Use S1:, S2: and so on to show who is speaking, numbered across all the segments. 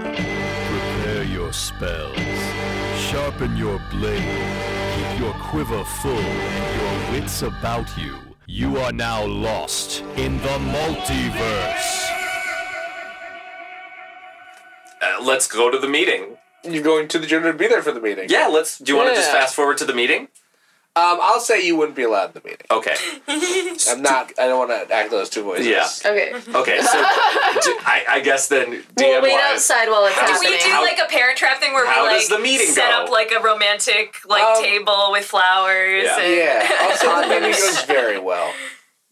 S1: Prepare your spells. Sharpen your blade. Keep your quiver full and your wits about you. You are now lost in the multiverse.
S2: Uh, let's go to the meeting.
S3: You're going to the gym to be there for the meeting.
S2: Yeah, let's. Do you want to just
S3: Yeah.
S2: fast forward to the meeting?
S3: Um, I'll say you wouldn't be allowed in the meeting.
S2: Okay.
S3: I'm not. I don't want to act those two voices.
S2: Yeah.
S4: Okay.
S2: Okay. So do- I, I guess then DM
S4: We'll wait
S2: wise.
S4: outside while it's
S2: How-
S5: we
S4: happening.
S5: do
S2: How-
S5: like a parent trap thing where
S2: how
S5: we like
S2: does the meeting
S5: set
S2: go?
S5: up like a romantic like
S3: Um,
S5: table with flowers.
S2: Yeah.
S5: And,
S3: Yeah. Also, the meeting goes very well.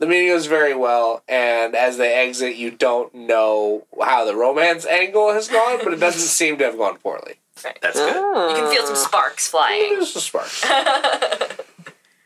S3: The meeting goes very well, and as they exit, you don't know how the romance angle has gone, but it doesn't seem to have gone poorly.
S2: That's good.
S4: Ah.
S5: You can feel some sparks flying.
S3: There's a spark.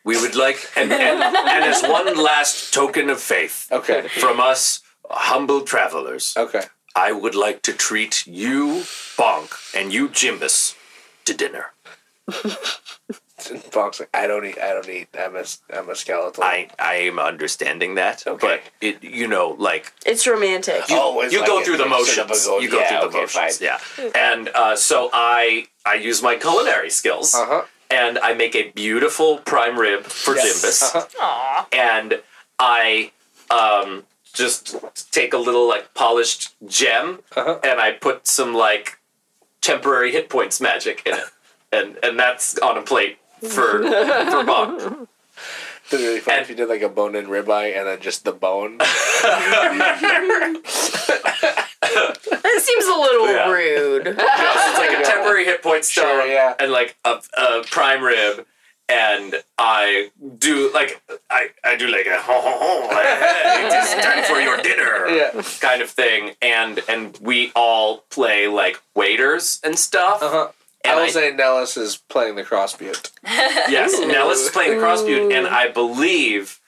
S2: We would like and, and and as one last token of faith
S3: Okay.
S2: from us humble travelers,
S3: Okay.
S2: I would like to treat you Bonk and you Jimbus to dinner.
S3: Bonk's like, I don't eat. I don't eat. I'm a, I'm a skeletal.
S2: I I am understanding that,
S3: Okay.
S2: but it you know like
S4: It's romantic.
S3: You always
S2: you
S3: like
S2: go
S3: it
S2: through the
S3: when you sit up
S2: motions.
S3: and go,
S2: you go
S3: "Yeah,
S2: through the
S3: okay,
S2: motions.
S4: Hmm.
S2: Yeah. And uh, so I I use my culinary skills.
S3: Uh huh.
S2: And I make a beautiful prime rib for Jimbus.
S3: Uh-huh.
S5: Aw.
S2: And I um, just take a little like polished gem
S3: Uh-huh.
S2: and I put some like temporary hit points magic in it. And and that's on a plate Ah. for for Bonk.
S3: It'd be really fun
S2: And-
S3: if you did like a bone-in ribeye and then just the bone.
S4: That seems a little
S2: Yeah.
S4: rude.
S2: it's like a temporary hit point stone
S3: Sure, yeah.
S2: and like a, a prime rib and I do like I, I do like a ho ho ho hey, it is time for your dinner
S3: Yeah.
S2: kind of thing and and we all play like waiters and stuff
S3: Uh huh. I
S2: and
S3: will
S2: I-
S3: say Nellis is playing the crossbeat.
S2: yes Nellis is playing the crossbeat and I believe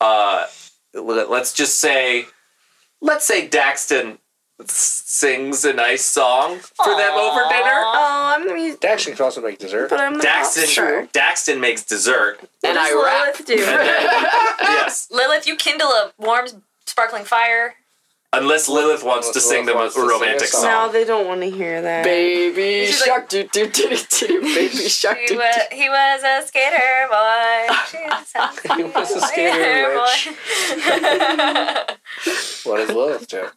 S2: uh let- let's just say let's say Daxton s- sings a nice song for them over dinner
S4: Oh, I'm the
S3: Daxton can also make dessert.
S4: but I'm the
S2: Daxton
S4: sure.
S2: Daxton makes dessert.
S4: And I Lilith do.
S2: And then- yes.
S5: Lilith, you kindle a warm, sparkling fire.
S2: Unless Lilith wants to
S3: Lilith
S2: sing them a
S3: wants to sing a
S2: romantic
S3: song.
S4: now
S2: song.
S4: they don't want to hear that.
S6: Baby
S5: She's like-
S6: shark doo doo doo doo baby shark
S5: He
S6: doo
S5: was, he was a skater boy. She was a
S3: he was a skater witch. What does Lilith do?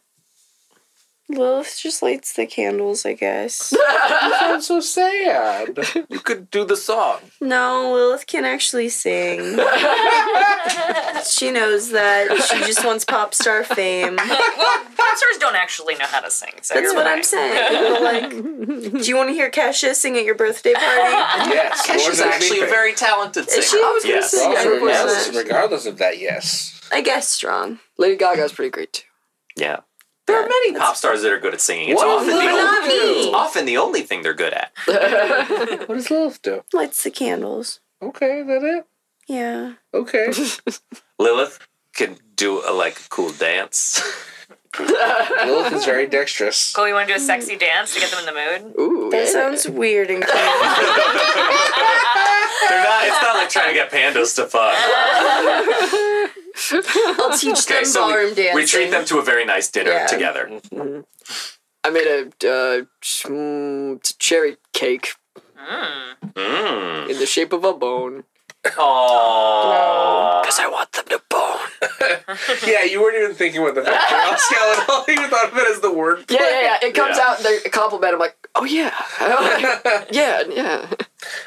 S4: Lilith just lights the candles, I guess.
S3: I'm so sad.
S2: You could do the song.
S4: no, Lilith can actually sing. she knows that. She just wants pop star fame.
S5: Monsters don't actually know how to sing. So
S4: That's
S5: you're
S4: what
S5: fine.
S4: I'm saying. Like, do you want to hear Kesha sing at your birthday party?
S3: Yes, Lord knows anything.
S2: talented
S4: Is she? I was
S2: Yes.
S4: gonna
S3: Well,
S4: say,
S6: Everyone
S3: regardless,
S6: knows.
S3: regardless of that, yes.
S4: I guess strong.
S6: Lady Gaga's pretty great too.
S2: Yeah. There are many pop stars that are good at singing. It's
S3: What
S2: often,
S3: does
S2: the
S3: Lilith
S2: only,
S4: Not me.
S2: it's often the only thing they're good at.
S3: What does Lilith do?
S4: Lights the candles.
S3: Okay, is that it?
S4: Yeah.
S3: Okay.
S2: Lilith can do a like cool dance.
S3: Lilith is very dexterous.
S5: Cool, you want to do a sexy dance to get them in the mood?
S6: Ooh,
S4: That
S6: yeah.
S4: sounds weird and creepy.
S2: They're not it's not like trying to get pandas to fuck.
S4: I'll teach them
S2: Okay, so
S4: ballroom
S2: we,
S4: dancing.
S2: we treat them to a very nice dinner
S4: Yeah.
S2: together.
S3: Mm.
S4: Mm.
S6: I made a uh, ch- mm, t- cherry cake
S2: Mm.
S6: in the shape of a bone.
S2: Aww.
S6: Because I want them to bone.
S3: Yeah, you weren't even thinking with the vector skeletal. You thought of it as the word.
S6: Yeah, yeah, yeah. It comes
S2: Yeah.
S6: out and they're a compliment. I'm like, oh yeah. yeah, yeah.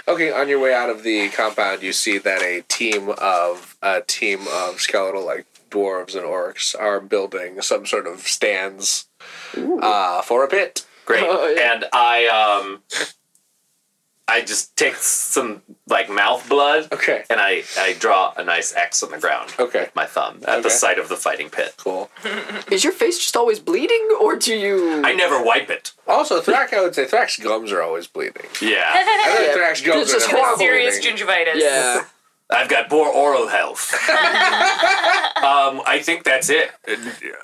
S3: Okay, on your way out of the compound, you see that a team of a team of skeletal like dwarves and orcs are building some sort of stands uh, for a pit.
S2: Great.
S6: Oh, yeah.
S2: And I um I just take some like mouth blood
S3: Okay.
S2: and I I draw a nice X on the ground.
S3: Okay.
S2: with My thumb at the
S3: Okay.
S2: site of the fighting pit.
S3: Cool.
S6: Is your face just always bleeding or do you.
S2: I never wipe it.
S3: Also, Thrax, I would say Thrax gums are always bleeding.
S2: Yeah.
S3: I think
S6: Yeah,
S3: Thrax gums
S6: this is
S3: are never
S6: horrible.
S3: bleeding.
S5: Serious gingivitis.
S6: yeah.
S2: I've got poor oral health. um, I think that's it.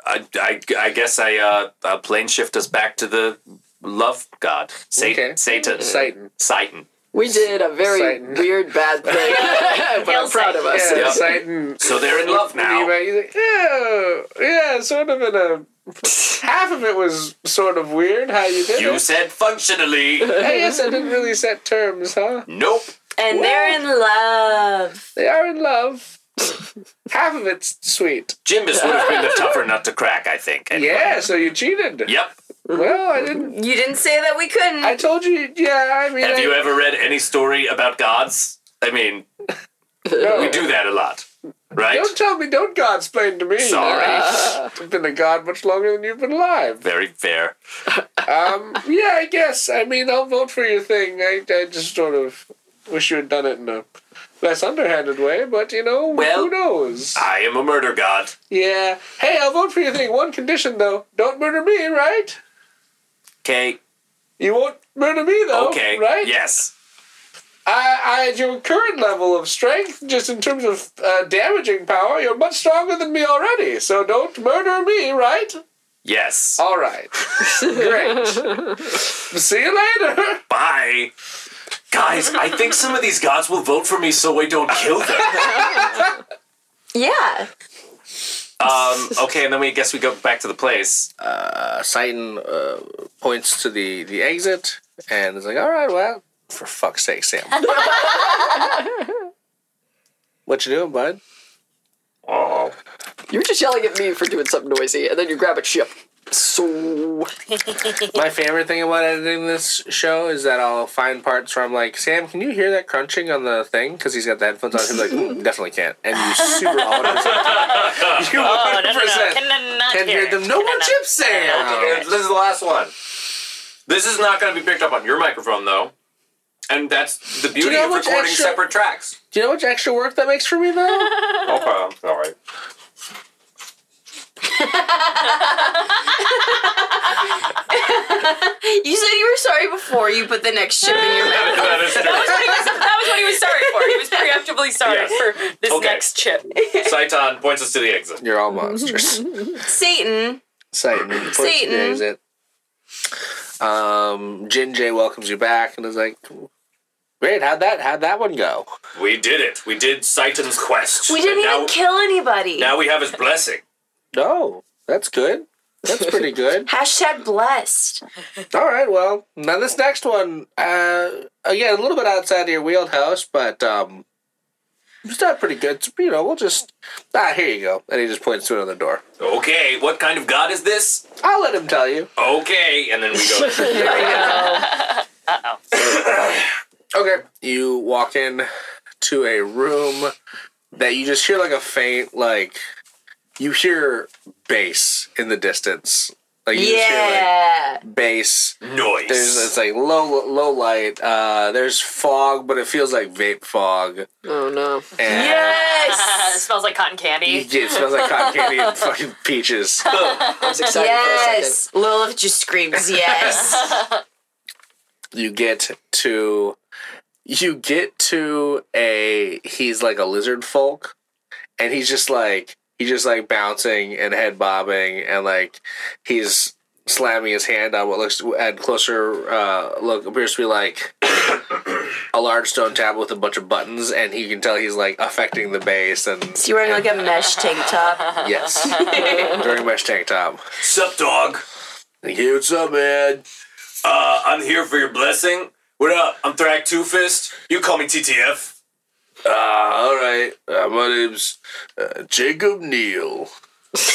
S2: I, I, I guess I uh, uh, plane shift us back to the love god, Satan.
S3: Okay. Mm-hmm.
S2: Satan.
S3: Satan.
S2: Satan.
S6: We did a very
S3: Satan.
S6: weird, bad thing, but I'm
S5: Hail
S6: proud of us.
S3: Yeah,
S2: Yep.
S3: Satan.
S2: So they're in love now.
S3: He's like, oh, yeah, sort of in a. Half of it was sort of weird how you did
S2: You
S3: it.
S2: said functionally.
S3: I guess I didn't really set terms, huh?
S2: nope.
S4: And they're in love.
S3: They are in love. Half of it's sweet.
S2: Jimbus would have been the tougher nut to crack, I think. And-
S3: Yeah, so you cheated.
S2: Yep.
S3: Well, I didn't.
S4: You didn't say that we couldn't.
S3: I told you. Yeah, I mean.
S2: Have
S3: I,
S2: you ever read any story about gods? I mean,
S3: no.
S2: we do that a lot, right?
S3: Don't tell me. Don't Godsplain to me.
S2: Sorry.
S3: I've been a god much longer than you've been alive.
S2: Very fair.
S3: Um, yeah, I guess. I mean, I'll vote for your thing. I, I just sort of wish you had done it in a less underhanded way, but you know,
S2: Well,
S3: who knows?
S2: I am a murder god.
S3: yeah. Hey, I'll vote for your thing. One condition, though. Don't murder me, right?
S2: Okay.
S3: You won't murder me, though.
S2: Okay.
S3: Right?
S2: Yes.
S3: I, I, at your current level of strength, just in terms of uh, damaging power, you're much stronger than me already. So don't murder me, right?
S2: Yes.
S3: All right. Great. See you later.
S2: Bye. Guys, I think some of these gods will vote for me so I don't kill them.
S4: yeah.
S2: Um, okay, and then we guess we go back to the place.
S3: Uh, Sighton uh, points to the, the exit and is like, all right, well, for fuck's sake, Sam. what you doing, bud?
S2: Oh.
S6: You were just yelling at me for doing something noisy, and then you grab a chip. So
S3: My favorite thing about editing this show is that I'll find parts where I'm like, Sam, can you hear that crunching on the thing? Because he's got the headphones on. He's like, "Mm, definitely can't. And you super 100%. You 100%
S5: Oh, no, no, no. Can I not
S3: can hear
S5: hear?
S3: them. No more chips, Sam.
S2: This is the last one. This is not going to be picked up on your microphone, though. And that's the beauty
S3: know how
S2: of
S3: much
S2: recording
S3: extra-
S2: separate tracks.
S3: Do you know how much extra work that makes for me, though? Oh,
S2: Okay, I'm sorry.
S4: You said you were sorry before you put the next chip in your mouth.
S2: that is true.
S5: that was what he was sorry for. He was preemptively sorry
S2: Yes.
S5: for this
S2: Okay.
S5: next chip.
S2: Saitan points us to the exit.
S3: You're all monsters.
S4: Satan.
S3: Satan. points to the
S4: Satan.
S3: exit. Um, Jinjay welcomes you back and is like, great, how'd that, how'd that one go?
S2: We did it. We did Saitan's quest.
S4: We didn't
S2: And now,
S4: even kill anybody.
S2: Now we have his blessing.
S3: No, that's good. That's pretty good.
S4: Hashtag blessed.
S3: All right, well, now this next one, uh, again, a little bit outside of your wheelhouse, but um, it's not pretty good. It's, you know, we'll just ah, here you go, and he just points to another door.
S2: Okay, what kind of god is this?
S3: I'll let him tell you.
S2: Okay, and then we go.
S3: Okay, you walk in to a room that you just hear like a faint, like you hear bass in the distance. Like you just hear
S4: Yeah.
S3: like bass.
S2: Noise.
S3: There's it's like low low light. Uh, there's fog, but it feels like vape fog. And
S6: Oh no.
S5: Uh, it
S4: Yes.
S5: smells like cotton candy.
S3: Yeah, it smells like cotton candy and fucking Oh, peaches.
S6: I was excited
S4: Yes. Lilith just screams yes.
S3: You get to you get to a he's like a lizard folk and he's just like he's just like bouncing and head bobbing and like he's slamming his hand on what looks at closer uh look appears to be like a large stone tablet with a bunch of buttons and he can tell he's like affecting the bass and
S4: So you're wearing like a mesh tank top.
S3: yes very much tank top
S2: Sup, dog?
S3: Like, hey, what's up man
S2: Uh, I'm here for your blessing. What up? I'm Thrak Two Fist. You call me TTF.
S3: Ah, all right. Uh, my name's uh, Jacob Neal.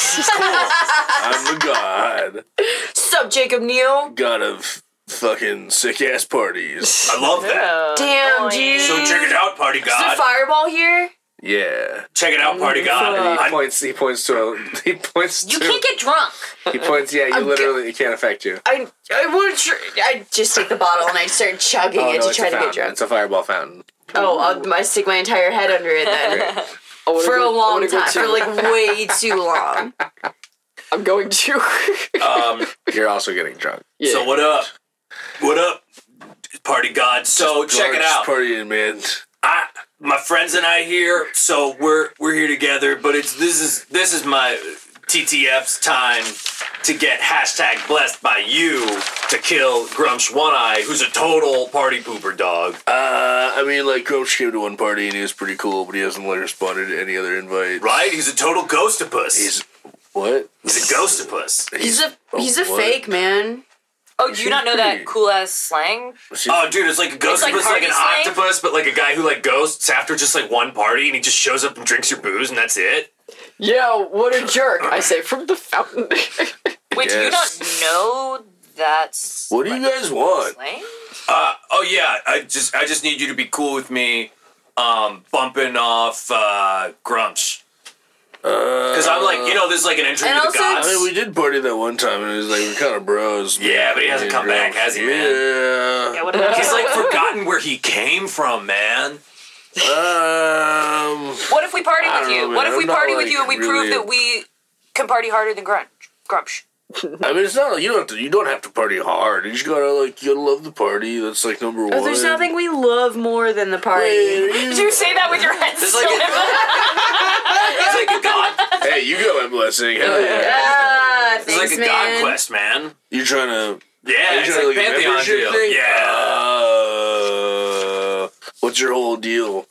S3: I'm a god.
S4: Sup, Jacob Neal?
S3: God of fucking sick ass parties.
S2: I love that.
S4: Damn,
S5: Oh, boy.
S4: dude.
S2: So check it out, party
S4: Is there
S2: god.
S4: fireball here?
S3: Yeah.
S2: Check it out, party god.
S3: He
S2: I'm,
S3: points. He points to. A, he points
S5: You
S3: to.
S5: can't get drunk.
S3: he points. Yeah, you literally. It can't affect you.
S4: I I would tr- I just take the bottle and I start chugging
S2: Oh,
S4: it to
S3: Oh, it's
S4: try
S3: a
S4: to get
S3: fountain.
S4: drunk.
S3: It's a fireball fountain.
S4: Oh, I'll, I stick my entire head under it then
S6: I wanna
S4: for
S6: go-
S4: a
S6: I
S4: long
S6: wanna go
S4: time,
S6: too.
S4: for like way too long.
S6: I'm going to.
S2: um,
S3: You're also getting drunk.
S6: yeah.
S2: So what up? What up, party god? So check it
S3: Large
S2: out.
S3: Partying man.
S2: I, my friends and I here. So we're we're here together. But it's this is this is my TTF's time to get hashtag blessed by you to kill Grumsh One Eye, who's a total party pooper dog.
S3: Uh, I mean, like, Groach came to one party and he was pretty cool, but he hasn't like responded to any other invite.
S2: Right? He's a total ghostopus. He's,
S3: He's what?
S2: he's a ghostopus.
S4: He's a he's a
S3: Oh, what?
S4: fake man.
S5: Oh, do you not know that cool ass slang?
S3: She's-
S2: Oh, dude, it's like a
S5: It's
S2: ghost,
S5: like
S2: like, like an
S5: party slang?
S2: octopus, but like a guy who like ghosts after just like one party, and he just shows up and drinks your booze, and that's it.
S6: Yo, what a jerk! I say from the fountain.
S5: Wait, do you
S3: Yes.
S5: not know that s-
S3: what do you guys want?
S5: slang?
S2: Uh, oh yeah, I just I just need you to be cool with me, um, bumping off uh, Grumps, because I'm like you know there's like an entry
S4: And
S2: to the
S4: also
S2: gods.
S4: it's-
S3: uh, I mean, we did party that one time, and it was like we kind of bros.
S2: Yeah, but he hasn't come back, has he, man?
S5: Yeah,
S3: Yeah.
S5: what about
S2: He's like forgotten where he came from, man.
S3: Um,
S5: What if we party
S3: I
S5: with
S3: don't
S5: you?
S3: know,
S5: what
S3: man.
S5: if we
S3: I'm not,
S5: party with
S3: like,
S5: you and we
S3: really-
S5: prove that we can party harder than Grunch? Grumsh.
S3: I mean, it's not like you don't have to. You don't have to party hard. You just gotta like you gotta love the party. That's like number one.
S4: Oh, there's nothing we love more than the party.
S5: Did you say that with your head
S2: There's
S5: still
S2: like
S5: in
S2: a, there's like a god.
S3: hey, you got my blessing. Hell yeah.
S4: Ah,
S2: There's
S4: thanks,
S2: like a god
S4: man.
S2: quest, man.
S3: You're trying to.
S2: Yeah,
S3: Are you
S2: it's
S3: trying
S2: like
S3: to get
S2: pantheon
S3: membership
S2: deal.
S3: thing?
S2: Yeah.
S3: Uh, what's your whole deal?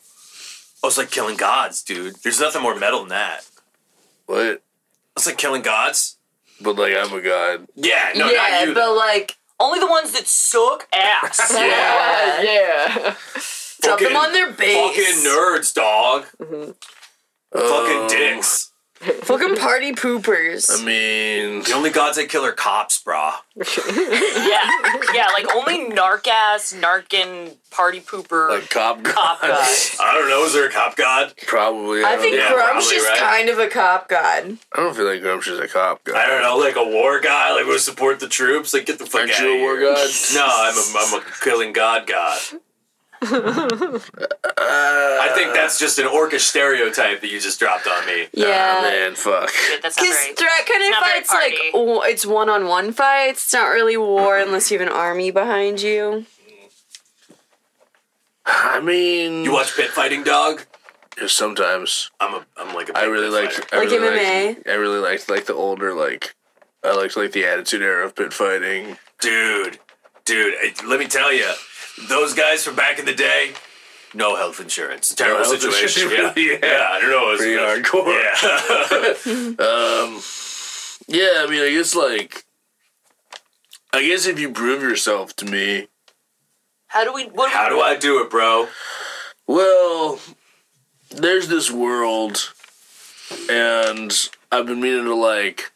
S2: Oh, it's like killing gods, dude. There's nothing more metal than that.
S3: What?
S2: It's like killing gods.
S3: But like, I'm a god.
S2: Yeah, no,
S4: yeah,
S2: not you.
S4: but like
S5: Only the ones that suck ass.
S6: yeah, yeah.
S4: drop them
S2: Fucking-
S4: on their base. Mm-hmm.
S2: Fucking nerds, dog.
S3: Um,
S2: Fucking dicks.
S4: Fucking party poopers.
S3: Oh, I mean,
S2: The only gods that kill are cops, brah.
S5: yeah. Yeah, like only narc ass, narkin, party pooper.
S3: like cop
S5: Cop
S3: god.
S5: guys.
S2: I don't know. Is there a cop god?
S3: Probably. I,
S4: I
S3: don't
S4: think
S2: yeah,
S3: know.
S4: Grumsh
S2: probably,
S4: is
S2: right?
S4: kind of a cop god.
S3: I don't feel like Gramsci's a cop god.
S2: I don't know. Like a war guy. Like we support the troops. Like get the fuck
S3: Aren't
S2: out
S3: you a
S2: here.
S3: war god?
S2: No, I'm a, I'm a killing god god. I think that's just an orcish stereotype that you just dropped on me.
S3: Ah,
S4: Yeah.
S3: man, fuck.
S5: But that's not
S4: Because
S5: very.
S4: Draconin
S5: not very
S4: fights like
S5: party.
S4: w- it's one on one fights. It's not really war unless you have an army behind you.
S3: I mean,
S2: You watch pit fighting, dog?
S3: sometimes
S2: I'm a I'm like a big
S3: I really
S2: pit
S3: liked.
S2: fighter.
S3: I
S4: Like
S3: really
S4: MMA?
S3: Liked, I really liked like the older like. I liked like the Attitude Era of pit fighting.
S2: dude, dude. eh, Let me tell you, those guys from back in the day, no health insurance. Terrible
S3: health
S2: situation.
S3: insurance,
S2: Yeah. yeah, I don't know. It was
S3: Pretty hardcore.
S2: Yeah.
S3: Um, yeah, I mean, I guess like, I guess if you prove yourself to me,
S5: How do we. What
S2: How do I do it, bro?
S3: well, there's this world, and I've been meaning to like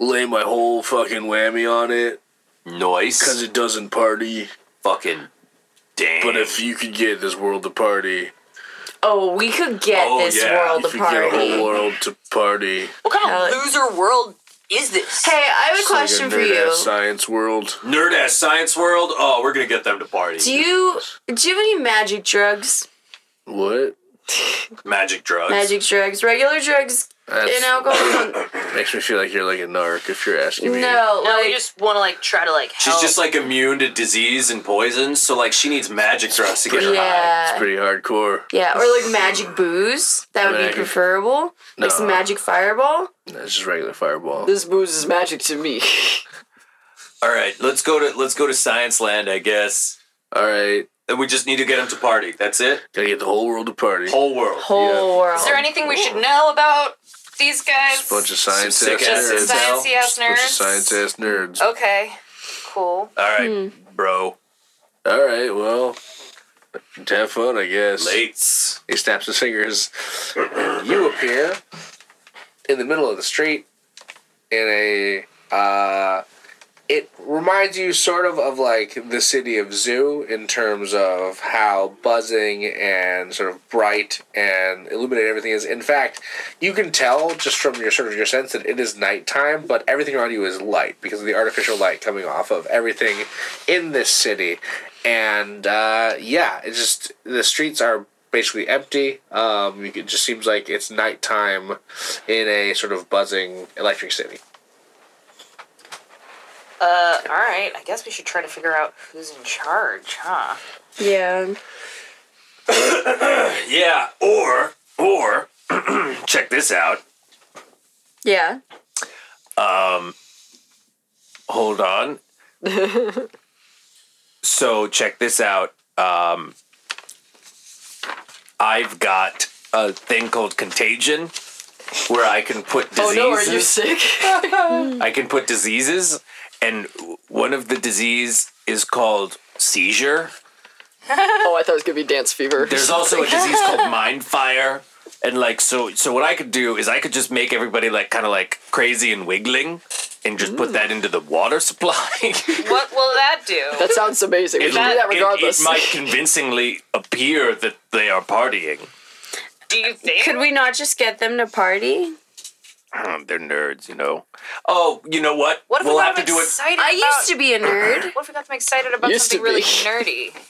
S3: lay my whole fucking whammy on it because
S2: Noise.
S3: it doesn't party.
S2: Fucking damn.
S3: But if you could get this world to party,
S4: Oh, we could get
S2: Oh,
S4: this
S2: yeah,
S4: world
S3: if
S4: to
S3: you could get a whole
S4: party.
S3: world to party,
S5: What kind
S4: Hell-
S5: of loser world is this?
S4: Hey, I have a
S3: It's like a
S4: question for
S3: nerd-ass
S4: you.
S3: science world.
S2: nerd ass science world, oh, we're gonna get them to party.
S4: Do you do you have any magic drugs?
S3: What?
S2: Magic drugs.
S4: Magic drugs, regular drugs,
S3: That's,
S4: and alcohol?
S3: makes me feel like you're like a narc if you're asking me.
S4: no,
S5: No,
S4: like
S5: we just want to like try to like
S2: She's
S5: help.
S2: just like immune to disease and poison, so like she needs magic drugs to get her high.
S4: yeah,
S3: It's pretty hardcore.
S4: yeah, or like magic booze. That would be
S3: Magic-
S4: preferable. Like some
S3: No.
S4: magic fireball.
S3: That's just regular fireball.
S6: This booze is magic to me.
S2: All right, let's go to let's go to Science Land, I guess.
S3: All right,
S2: And we just need to get them to party. That's it.
S3: gotta get the whole world to party.
S2: Whole world.
S4: Whole
S3: Yeah.
S4: world.
S5: Is there anything we should know about these guys?
S3: Just a bunch of science
S2: Some
S3: ass
S2: sick ass
S3: nerds.
S2: intel.
S5: Sciencey ass
S3: Bunch of
S5: nerds.
S3: science ass nerds.
S5: Okay, cool.
S2: Oh. All right,
S4: Hmm.
S2: bro.
S3: All right, well, have fun, I guess.
S2: Lates.
S3: He snaps his fingers. you appear in the middle of the street in a. Uh, it reminds you sort of of like the city of Zoo in terms of how buzzing and sort of bright and illuminated everything is. In fact, you can tell just from your sort of your sense that it is nighttime, but everything around you is light because of the artificial light coming off of everything in this city. And uh, yeah, it's just the streets are basically empty. Um, you can- it just seems like it's nighttime in a sort of buzzing electric city.
S5: Uh, all right. I guess we should try to figure out who's in charge, huh?
S4: Yeah.
S2: Yeah. Or or check this out.
S4: Yeah.
S2: Um, hold on. so check this out. Um, I've got a thing called contagion, where I can put
S6: Oh
S2: diseases.
S6: no, are you sick? Oh,
S2: I can put diseases, and one of the disease is called seizure.
S6: oh, I thought it was gonna be dance fever.
S2: There's also a disease called mind fire. And like so so what I could do is I could just make everybody like kind of like crazy and wiggling and just put that into the water supply. It'll-
S5: What will that do?
S6: that sounds amazing. We should do that
S2: it-
S6: regardless.
S2: It, might convincingly appear that they are partying.
S5: do you think?
S4: Could we not just get them to party?
S2: Um, they're nerds, you know. Oh, you know what?
S5: What if
S2: we'll
S5: we got
S2: have to
S5: them
S2: do it.
S5: excited
S4: I
S5: about,
S4: used to be a nerd.
S5: What if we got them excited about
S6: Used to
S5: something really
S6: be.
S5: nerdy?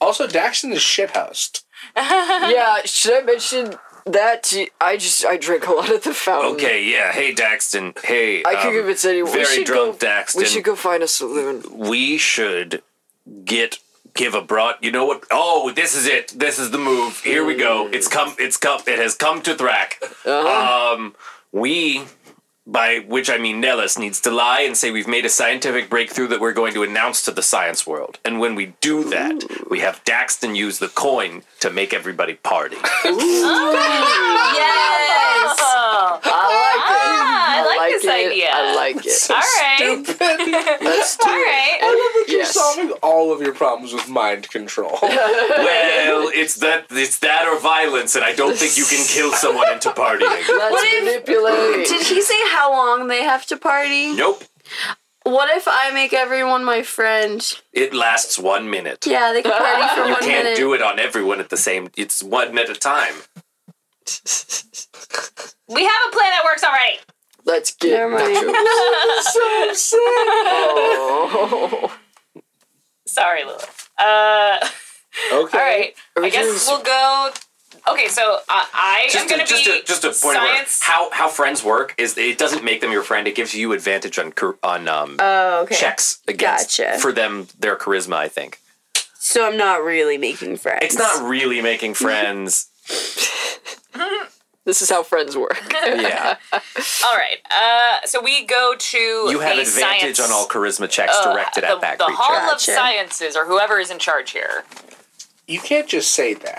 S3: Also, Daxton is shithoused.
S6: yeah, should I mention that? I just I drink a lot at the fountain.
S2: Okay, yeah. Hey, Daxton. Hey,
S6: I could
S2: um,
S6: give it to anyone. we
S2: very
S6: should
S2: drunk
S6: go,
S2: Daxton.
S6: We should go find a saloon.
S2: we should get give a broad you know what oh this is it this is the move here we go it's come it's come it has come to thrack um we by which i mean nellis needs to lie and say we've made a scientific breakthrough that we're going to announce to the science world and when we do that we have daxton use the coin to make everybody party
S5: Yes.
S6: I
S5: Ah, I like this
S6: it.
S5: idea.
S6: I like it.
S5: All right.
S3: Stupid.
S6: Let's do
S5: All right.
S3: You're
S6: Yes.
S3: solving all of your problems with mind control.
S2: well it's that it's that or violence and i don't think you can kill someone into partying
S6: Let's
S4: What if-
S6: manipulate.
S4: Did he say how long they have to party?
S2: nope
S4: What if I make everyone my friend?
S2: it lasts one minute
S4: Yeah, they can party for
S2: You
S4: one
S2: can't
S4: minute.
S2: do it on everyone at the same. It's one at a time.
S5: We have a plan that works already.
S6: Let's get
S4: Never mind.
S6: nachos. Oh.
S5: Sorry, Lilith. Uh,
S3: Okay.
S5: all right. I
S6: we
S5: guess
S6: just-
S5: we'll go. Okay, so uh, I am
S2: Just a,
S5: going
S2: just,
S5: be
S2: a, just a point of order.
S5: science.
S2: How how friends work is it doesn't make them your friend. It gives you advantage on char- on um,
S4: Oh, okay.
S2: checks against
S4: Gotcha.
S2: for them their charisma. I think
S4: So I'm not really making friends.
S2: it's not really making friends.
S6: This is how friends work.
S2: yeah,
S5: All right. Uh, so we go to
S2: you have
S5: the
S2: advantage
S5: science,
S2: on all charisma checks
S5: uh,
S2: directed
S5: the-
S2: at that
S5: the
S2: creature.
S5: Hall of
S4: Gotcha.
S5: Sciences or whoever is in charge here.
S3: You can't just say that.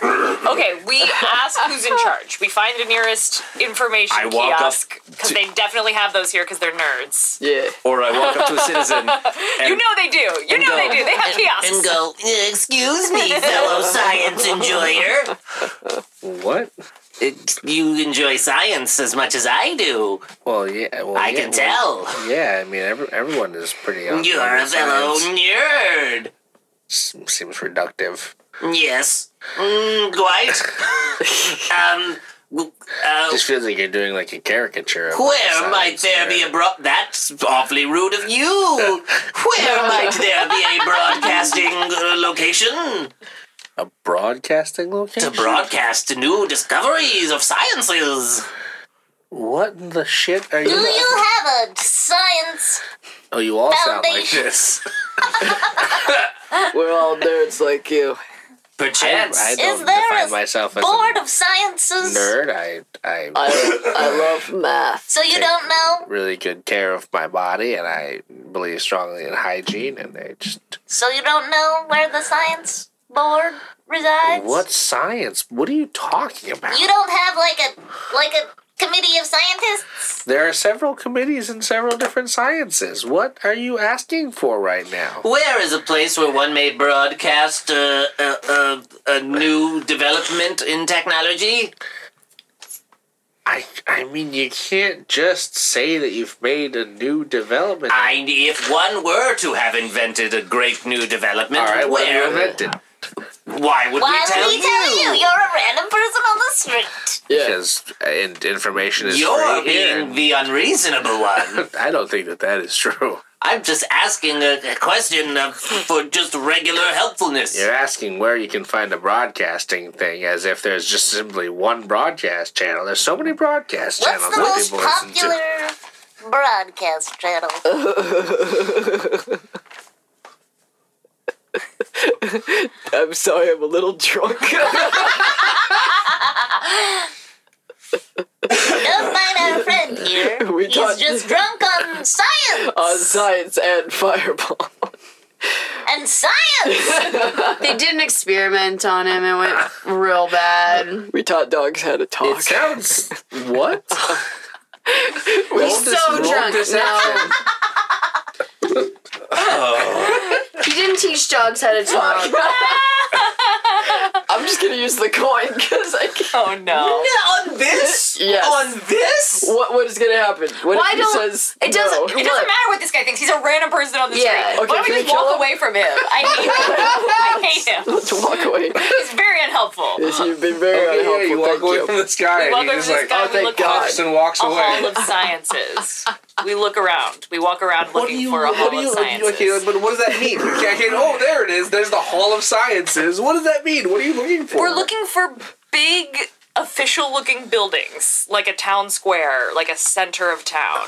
S5: Okay, we ask who's in charge. We find the nearest information
S2: I walk up
S5: kiosk because
S2: to-
S5: they definitely have those here because they're nerds.
S6: Yeah.
S2: Or I walk up to a citizen. And
S5: You know they do. You know
S2: go.
S5: they do. They have kiosks.
S7: and go, excuse me, fellow science enjoyer.
S3: What?
S7: It, you enjoy science as much as I do.
S3: Well, yeah. Well,
S7: I
S3: yeah,
S7: can
S3: well,
S7: tell.
S3: Yeah, I mean, every, everyone is pretty. on
S7: You are a fellow nerd.
S3: Seems seems reductive.
S7: Yes. Mm, quite. um, w- uh,
S3: Just feels like you're doing like a caricature. Of
S7: where might there be a broad... That's awfully rude of you. Where might there be a broadcasting uh, location
S3: a, a broadcasting
S7: to
S3: location?
S7: broadcast new discoveries of sciences?
S3: what in the shit are you?
S8: have a science?
S3: oh, you all sound like
S8: foundation?
S3: this.
S6: We're all nerds like you.
S7: Perchance.
S3: I don't
S8: there
S3: define
S8: a
S3: myself as
S8: Board
S3: a
S8: of Sciences. Um, uh,
S3: nerd. I I
S6: I, I love math.
S8: So you don't know?
S3: really good care of my body, and I believe strongly in hygiene. And they just
S8: So you don't know where the science board resides?
S3: what science? What are you talking about?
S8: You don't have like a like a committee of scientists?
S3: There are several committees in several different sciences. What are you asking for right now?
S7: Where is a place where one may broadcast uh, a, a, a new development in technology?
S3: I I mean, you can't just say that you've made a new development.
S7: I, if one were to have invented a great new development,
S3: all right, what have
S7: where,
S3: you invented?
S7: why would
S8: Why
S7: we tell
S8: would he
S7: you?
S8: tell you? You're a random person on the street.
S6: Yeah.
S3: Because uh, in- information is
S7: You're
S3: free here,
S7: being the unreasonable one.
S3: and I don't think that that is true.
S7: I'm just asking a, a question of, for just regular helpfulness.
S3: You're asking where you can find a broadcasting thing, as if there's just simply one broadcast channel. There's so many broadcast
S8: What's
S3: channels
S8: the
S3: that
S8: most
S3: people listen
S8: popular
S3: to.
S8: broadcast channel?
S6: I'm sorry, I'm a little drunk.
S8: Don't mind our friend here. here.
S6: We
S8: He's
S6: got-
S8: just drunk on science
S6: on science and fireball.
S8: and science.
S4: They did an experiment on him and went real bad.
S6: We taught dogs how to talk.
S3: It sounds what?
S4: He's so drunk. No.
S3: Oh.
S4: He didn't teach dogs how to talk.
S6: I'm just gonna use the coin because I can't.
S5: Oh no.
S7: On this?
S6: Yes.
S7: On this?
S6: What what is gonna happen? What
S4: Why
S6: if he
S4: don't-
S6: says
S5: It doesn't.
S6: no?
S5: It doesn't matter what this guy thinks. He's a random person on the
S4: Yeah.
S5: street. Why
S6: Okay,
S5: don't we
S6: can we
S5: just walk
S6: kill him?
S5: away from him? I hate him. I hate him.
S6: Let's walk away.
S5: He's very unhelpful.
S6: Yes, you've been very
S3: Yeah, yeah,
S6: unhelpful.
S3: you walk
S6: Thank
S3: away
S6: you.
S3: from this guy,
S5: We walk
S3: and
S5: over
S3: he
S5: to
S3: just
S5: this
S3: like
S5: guy.
S6: oh,
S5: we
S6: thank
S5: look
S6: God.
S3: ups and walks
S5: for a
S3: away.
S5: hall of sciences. We look around. We walk around looking for a hall
S3: what do you,
S5: of
S3: like,
S5: sciences.
S3: okay, but what does that mean? You can't get- oh, there it is. There's the Hall of Sciences. What does that mean? What are you looking for?
S5: We're looking for big official looking buildings, like a town square, like a center of town.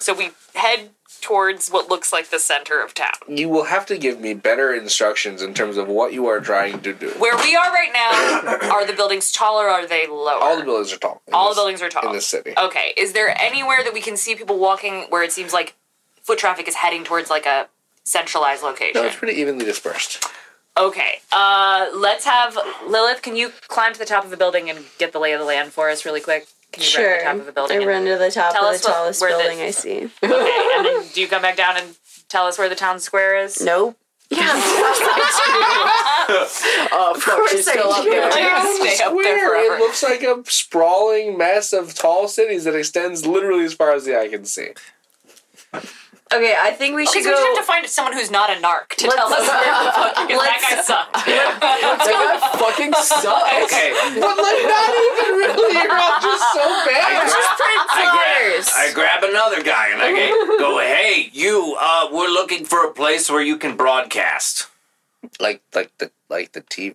S5: So we head towards what looks like the center of town.
S3: You will have to give me better instructions in terms of what you are trying to do.
S5: Where we are right now, are the buildings taller? Are they lower?
S3: All the buildings are tall. in
S5: All the
S3: this-
S5: buildings are tall.
S3: in this city.
S5: Okay. Is there anywhere that we can see people walking where it seems like foot traffic is heading towards like a centralized location?
S3: No, it's pretty evenly dispersed.
S5: Okay. Uh, let's have Lilith. Can you climb to the top of the building and get the lay of the land for us really quick? Can you run to the top of the building?
S4: I
S5: and-
S4: run to the top
S5: Tell
S4: of
S5: us
S4: the
S5: what-
S4: tallest
S5: where the-
S4: building I see.
S5: Okay, and then do you come back down and tell us where the town square is?
S4: Nope. Uh,
S6: Oh, fuck, she's
S4: I
S6: still up
S4: do.
S6: there.
S5: stay up there
S3: Where it
S5: forever.
S3: looks like a sprawling mess of tall cities that extends literally as far as the eye can see.
S4: Okay, I think we should
S5: Because we just
S4: go.
S5: have to find someone who's not a narc to tell us where the fuck it is. That guy sucked.
S6: That guy fucking sucks.
S2: Okay,
S3: But like, not even really. You're all just so bad.
S4: Just print flyers.
S7: I grab another guy and I go- go, hey, you, uh, we're looking for a place where you can broadcast.
S3: Like, like the like the TV,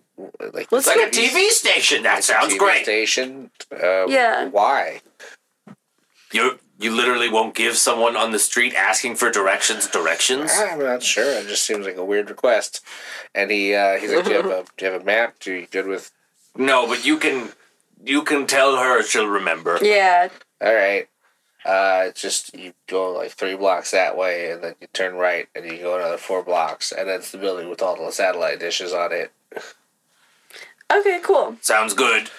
S3: like
S4: Let's
S7: Like
S4: go.
S7: a TV station. That sounds
S3: TV
S7: great.
S3: Station. Uh,
S4: Yeah.
S3: Why?
S7: You you literally won't give someone on the street asking for directions directions.
S3: Ah, I'm not sure. It just seems like a weird request. And he uh, he's like, do you have a do you have a map? Do you good with?
S7: No, but you can you can tell her she'll remember.
S4: Yeah,
S3: All right. Uh, it's just you go like three blocks that way, and then you turn right, and you go another four blocks, and that's the building with all the satellite dishes on it.
S4: Okay, cool.
S7: Sounds good.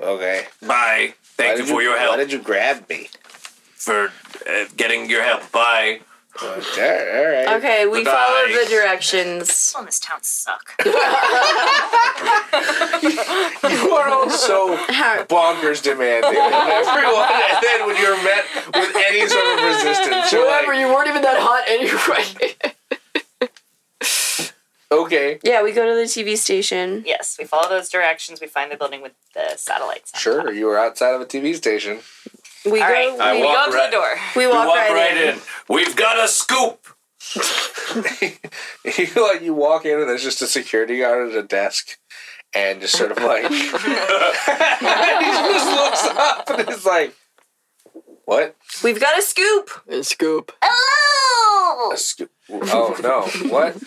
S3: Okay.
S7: Bye.
S3: Why
S7: Thank you
S3: did
S7: for your
S3: Why
S7: help
S3: did you grab me?
S7: for uh, getting your help. Bye.
S3: Well, all right. all right.
S4: Okay, we
S7: Goodbye.
S4: followed the directions.
S8: People in this town suck.
S3: You are all so bonkers demanding. of everyone, and then when you're met with any sort of resistance, you're
S6: Whatever,
S3: like,
S6: you weren't even that hot anyway.
S3: okay,
S4: Yeah, we go to the TV station.
S5: yes, we follow those directions. We find the building with the satellites. on top.
S3: sure, you were outside of a TV station.
S4: We
S5: All
S4: go.
S5: right.
S7: I
S4: We,
S5: We go
S7: walk
S5: to
S7: right-
S5: the door.
S4: we
S7: We
S4: walk,
S7: walk
S4: right, in.
S7: We've got a scoop.
S3: you like you walk in and there's just a security guard at a desk and just sort of like and he just looks up and is like what
S4: We've got a scoop.
S6: and scoop.
S8: Hello!
S3: A scoop- oh no what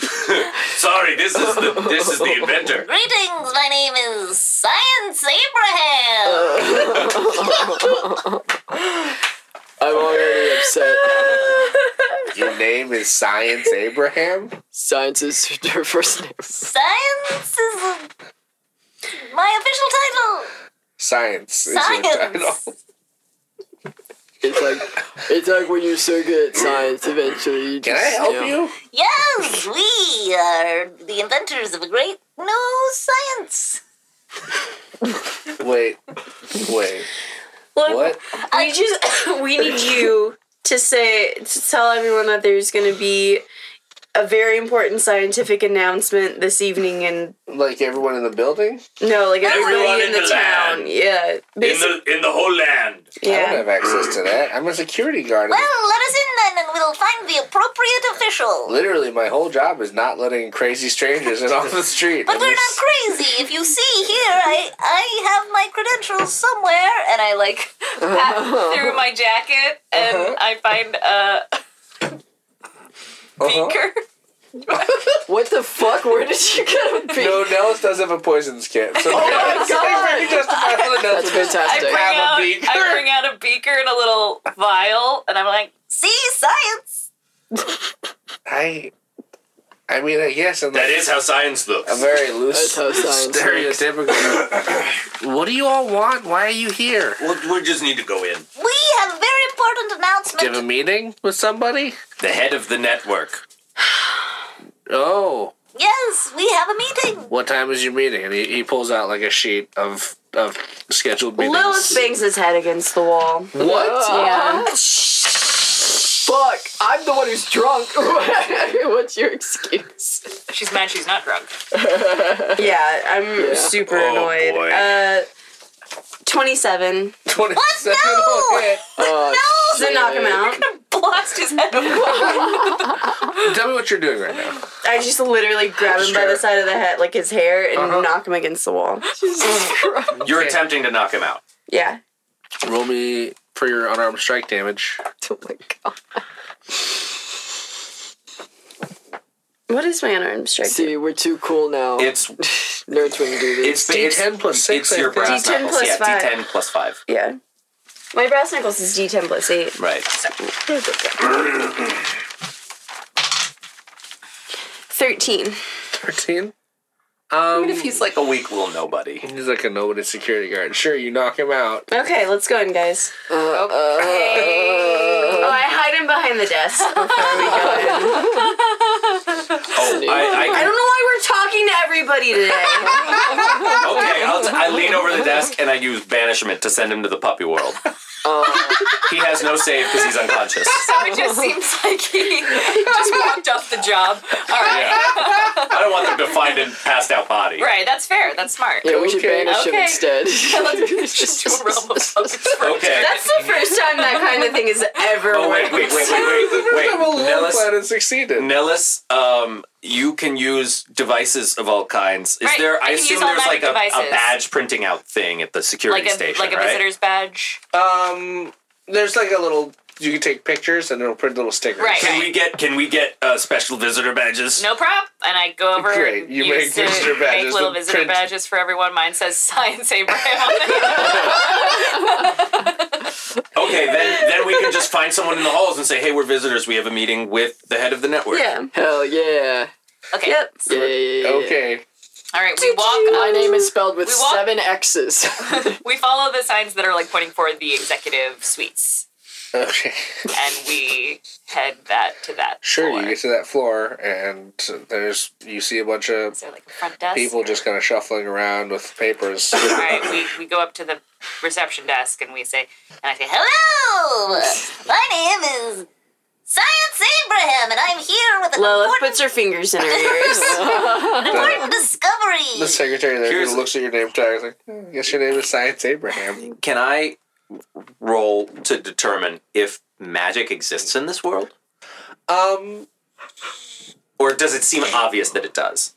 S7: Sorry, this is the this is the inventor.
S8: Greetings, my name is Science Abraham!
S3: Uh.
S6: I'm already upset.
S3: your name is science abraham
S6: Science is her first name.
S8: Science is my official title!
S3: science is your
S8: Science!
S3: title
S6: It's like it's like when you're so good at science, eventually you
S3: can
S6: just
S3: i help
S6: know.
S3: you
S8: Yes, we are the inventors of a great new science.
S3: wait wait
S4: Look,
S3: what
S4: we just we need you to say to tell everyone that there's going to be a very important scientific announcement this evening, and
S3: like everyone in the building
S4: no, like everybody
S7: Everyone
S4: in,
S7: in
S4: the,
S7: the
S4: town.
S7: land.
S4: Yeah,
S7: In
S4: basic,
S7: the in the whole land.
S3: i don't
S4: yeah.
S3: have access to that i'm a security guard
S8: Well, let us in then and we'll find the appropriate official.
S3: literally my whole job is not letting crazy strangers in off the street
S8: But
S3: And
S8: we're
S3: this-
S8: not crazy. If you see here, I I have my credentials somewhere, and I like
S5: Pat through my jacket, and
S4: Uh-huh.
S5: I find uh, a
S3: Uh-huh.
S5: beaker.
S6: What the fuck? Where did you get a beak?
S3: No, Nellis does have a poison skit. So
S6: Oh my
S3: Nellis-
S6: God.
S3: you justify the Nellis
S6: That's
S3: with this.
S5: I
S6: fantastic.
S5: bring
S3: Have a
S5: out.
S3: beaker.
S5: I bring out a beaker and a little vial, and I'm like,
S8: See, science.
S3: I, I mean, I guess in
S2: That
S3: like
S2: is how science looks.
S3: a very loose,
S6: That's how science
S3: stereotypical. what do you all want? Why are you here?
S2: Well, we just need to go in.
S8: We have a very important
S3: Do you
S8: announcement.
S3: have a meeting with somebody?
S2: The head of the network.
S3: Oh,
S8: yes, we have a meeting.
S3: what time is your meeting? And he, he pulls out like a sheet of of scheduled meetings.
S4: Lilith bangs his head against the wall.
S3: What?
S4: Yeah.
S6: Oh, Fuck! I'm the one who's drunk. What's your excuse?
S5: she's mad she's not drunk.
S4: Yeah, I'm super
S2: Oh,
S4: annoyed.
S2: boy.
S4: Uh, 27.
S3: Twenty seven.
S8: No!
S6: Uh,
S4: Does it knock him out?
S5: Blast his head.
S3: Tell me what you're doing right now.
S4: I just literally grab him by
S3: Sure.
S4: the side of the head, like his hair, and
S3: Uh-huh.
S4: knock him against the wall.
S2: You're
S3: Okay.
S2: attempting to knock him out.
S4: Yeah.
S3: Roll me for your unarmed strike damage.
S6: oh my god.
S4: What is my unarmed strike?
S6: See, we're too cool now.
S2: It's
S6: Nerds wouldn't do
S2: it's
S6: this.
S2: it's,
S3: D10 plus six,
S2: It's your
S3: I think.
S2: brass
S4: D10
S2: knuckles.
S4: plus
S2: yeah,
S4: five.
S2: D10 plus five.
S4: Yeah. My brass knuckles is D10 plus 8.
S2: Right.
S4: 13.
S3: Thirteen.
S2: Even
S3: Um,
S2: if he's like a weak little nobody.
S3: he's like a nobody security guard. Sure, you knock him out.
S4: Okay, let's go in, guys. Uh, Oh, I hide him behind the desk before we go in.
S2: Oh, I, I
S4: I
S2: can
S4: don't know why we're talking to everybody today.
S2: Okay, I'll t- I lean over the desk and I use banishment to send him to the puppy world. He has no save because he's unconscious.
S5: So it just seems like he just walked off the job. All right,
S2: Yeah. I don't want them to find a passed out body.
S5: right, that's fair. That's smart.
S6: yeah, we should
S3: Okay.
S6: banish him
S5: Okay.
S6: instead.
S5: Let's just do a realm of puppets.
S2: Okay.
S4: That's the first time that kind of thing has ever
S2: oh wait, wait,
S4: worked.
S2: wait, wait, wait,
S3: Have a
S2: wait.
S3: long
S2: Nellis,
S3: plan and succeeded.
S2: Nellis, um, you can use devices of all kinds. Is
S5: Right,
S2: there?
S5: I
S2: I,
S5: can use
S2: assume
S5: all
S2: there's like a,
S5: magic
S2: a
S5: devices.
S2: badge printing out thing at the security
S5: Like a
S2: station,
S5: like a
S2: right?
S5: visitor's badge.
S3: Um, there's like a little. You can take pictures and it'll print little stickers.
S5: Right.
S2: Can we get? Can we get uh, special visitor badges?
S5: No prop. And I go over.
S3: Great,
S5: and
S3: you
S5: use to
S3: make visitor badges
S5: Make little
S3: with
S5: visitor
S3: print.
S5: badges for everyone. Mine says Science Abraham. on it.
S2: Okay, then then we can just find someone in the halls and say, "Hey, we're visitors. We have a meeting with the head of the network."
S4: Yeah.
S6: Hell yeah.
S5: okay.
S4: Yep.
S6: Yeah, yeah, yeah, yeah.
S3: Okay.
S5: All right. We walk.
S6: My name is spelled with
S5: We walk-
S6: seven X's.
S5: We follow the signs that are like pointing for the executive suites,
S3: Okay.
S5: and we head that to that.
S3: Sure,
S5: floor.
S3: you get to that floor and there's you see a bunch of
S5: So like the front desk.
S3: people just kind of shuffling around with papers.
S5: All right, we, we go up to the reception desk and we say, and I say, hello.
S8: Hello! Oh, My name is Science Abraham, and I'm here with an
S4: Lilith
S8: important,
S4: puts her fingers in her ears.
S3: the,
S8: important discovery.
S3: the secretary there
S2: Here's-
S3: who looks at your name tag is like, "Hmm, guess your name is Science Abraham.
S2: Can I roll to determine if magic exists in this world?
S3: Um,
S2: Or does it seem obvious that it does?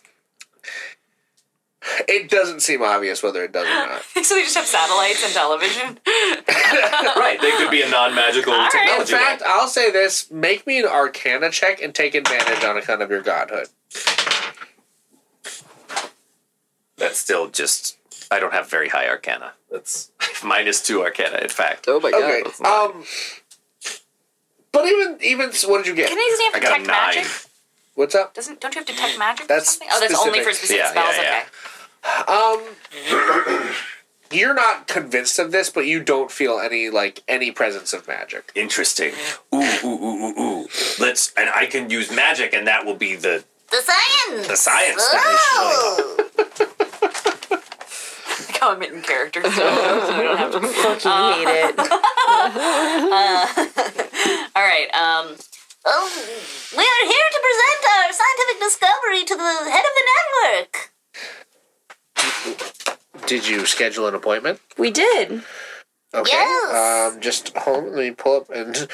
S3: it doesn't seem obvious whether it does or not.
S5: So they just have satellites and television.
S2: right, they could be a non magical
S5: right.
S3: In
S2: technology.
S3: fact, I'll say this: make me an Arcana check and take advantage on account of your godhood.
S2: That's still just. I don't have very high arcana. That's minus two arcana, in fact.
S6: Oh my god.
S3: Okay. Um, but even even s- what did you
S5: Can
S3: get?
S5: they doesn't he have
S2: I got a
S5: detect
S2: nine.
S5: magic?
S3: What's up?
S5: Doesn't don't you have detect magic? or
S3: That's
S5: something? oh, that's only for
S3: specific.
S5: specific
S2: Yeah,
S5: spells.
S2: yeah, yeah.
S5: Okay.
S3: Um, you're not convinced of this, but you don't feel any like any presence of magic.
S2: Interesting. Ooh, ooh, ooh, ooh, ooh. Let's. And I can use magic, and that will be the.
S8: the science.
S2: The science that we should
S8: Oh.
S5: Like how I'm in character, so we don't have to.
S4: Fucking hate it.
S5: All right. Um,
S8: Oh, we are here to present our scientific discovery to the head of the network.
S3: Did you schedule an appointment?
S4: We did.
S3: Okay.
S8: Yes.
S3: Um, just hold. on, Let me pull up and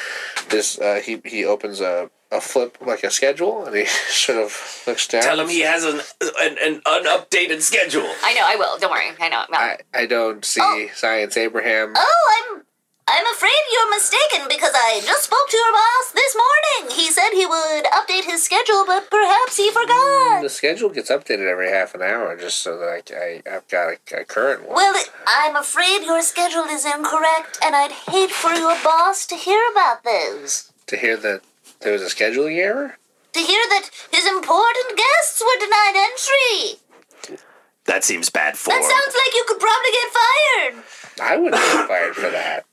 S3: this. Uh, he he opens a a flip like a schedule, and he sort of looks down.
S2: Tell him he has an, an, an unupdated schedule.
S5: I know. I will. Don't worry. I know. I will.
S3: I I don't see
S8: Oh.
S3: science Abraham.
S8: Oh, I'm I'm afraid your mistaken because I just spoke to your boss this morning. He said he would update his schedule, but perhaps he forgot.
S3: The schedule gets updated every half an hour, just so that I, I I've got a, a current one.
S8: Well, I'm afraid your schedule is incorrect, and I'd hate for your boss to hear about this.
S3: to hear that there was a scheduling error.
S8: To hear that his important guests were denied entry.
S7: That seems bad form.
S8: That sounds like you could probably get fired.
S3: I wouldn't get fired for that.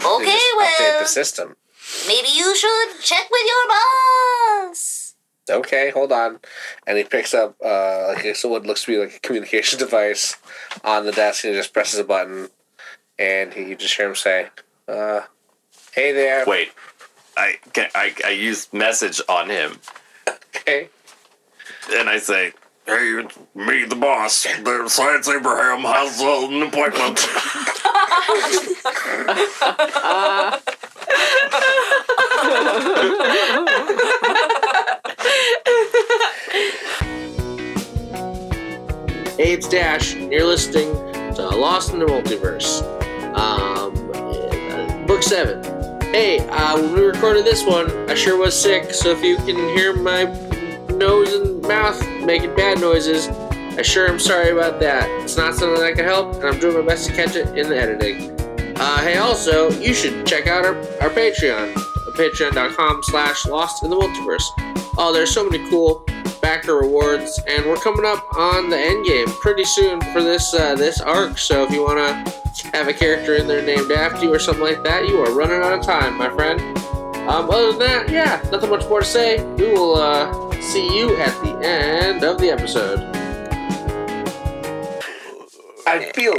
S3: They
S8: Okay,
S3: just update
S8: well,
S3: the system.
S8: maybe you should check with your boss.
S3: Okay, hold on. And he picks up uh, like so what looks to be like a communication device on the desk, and he just presses a button, and he you just hear him say, uh, "Hey there."
S2: Wait, I can I, I use message on him,
S3: Okay.
S2: and I say,
S9: Hey, it's me, the boss. The Science Abraham has uh, an appointment.
S3: Hey, it's Dash, and you're listening to Lost in the Multiverse. Um, uh, book 7. Hey, uh, when we recorded this one, I sure was sick, so if you can hear my nose and mouth making bad noises, I sure am sorry about that. It's not something I can help, and I'm doing my best to catch it in the editing. Uh, hey, also, you should check out our, our Patreon, uh, patreon.com slash lost in the multiverse. Oh, there's so many cool backer rewards, and we're coming up on the end game pretty soon for this uh, this arc. So if you want to have a character in there named after you or something like that, you are running out of time, my friend. Um, other than that, yeah, nothing much more to say. We will uh, see you at the end of the episode. I feel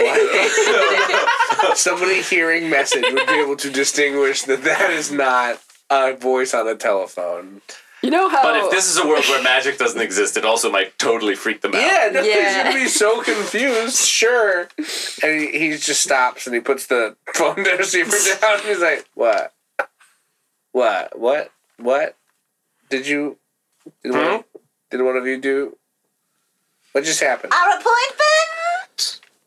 S3: like somebody hearing message would be able to distinguish that that is not a voice on a telephone.
S6: You know how?
S2: but if this is a world where magic doesn't exist, it also might totally freak them out.
S3: Yeah, no,
S6: Yeah.
S3: he's gonna be so confused. Sure, and he, he just stops and he puts the phone receiver down. And he's like, "What? What? What? What? Did you? Did, one,
S2: Hmm?
S3: of- did one of you do? What just happened?
S8: Our appointment?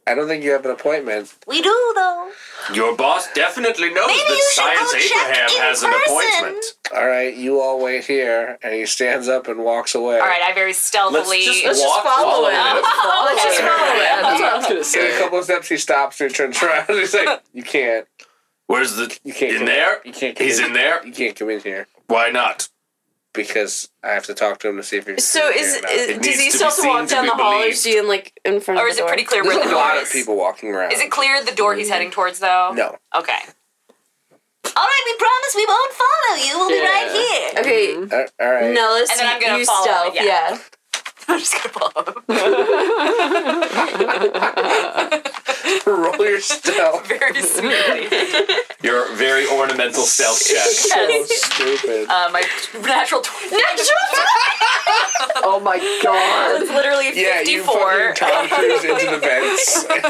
S3: I don't think you have an appointment.
S8: We do, though.
S2: Your boss definitely knows
S8: Maybe
S2: that
S8: you should
S2: Science
S8: go check
S2: Abraham
S8: in
S2: has an
S8: person.
S2: appointment.
S3: All right, you all wait here." And he stands up and walks away.
S5: All right, I very
S2: Let's
S5: stealthily.
S2: just
S6: Let's just
S2: walk
S6: follow
S2: follow
S6: him.
S2: him.
S6: Oh,
S5: Let's just follow it.
S6: yeah, that's what I was gonna
S3: In a
S6: say.
S3: couple of steps, he stops and he turns around. And he's like, "You can't.
S9: Where's the.
S3: You can't.
S9: In
S3: come
S9: there?
S3: You can't. Come
S9: He's in there?
S3: You can't come in here
S9: Why not?
S3: because I have to talk to him to see if you're."
S4: So is,
S3: here or not."
S4: is
S9: It
S4: does he
S9: needs to
S4: still
S9: be
S4: have to walk
S9: seen to
S4: down
S9: be
S4: the hall, or
S9: believed.
S4: is he in like in front
S5: Or
S4: of
S5: is
S4: the
S5: it
S4: door?
S5: pretty clear where
S3: There's
S5: the
S3: a
S5: door
S3: lot of
S5: is?
S3: people walking around.
S5: Is it clear the door he's
S6: Mm-hmm.
S5: heading towards though?
S3: No.
S5: Okay.
S8: All right, we promise we won't follow you. We'll be right here.
S4: Okay,
S3: Uh, all right.
S4: no, let's
S5: And then I'm gonna
S4: you
S5: follow,
S4: stealth.
S5: yeah.
S4: Yeah.
S5: I'm just gonna follow him.
S3: Roll your stealth.
S5: Very smoothly.
S2: Your very ornamental stealth check.
S3: so stupid.
S5: Uh, my natural twenty.
S6: Oh my god!
S5: It's literally
S3: yeah, you fucking
S5: 54.
S3: Tom Cruise into the vents. yeah.
S5: I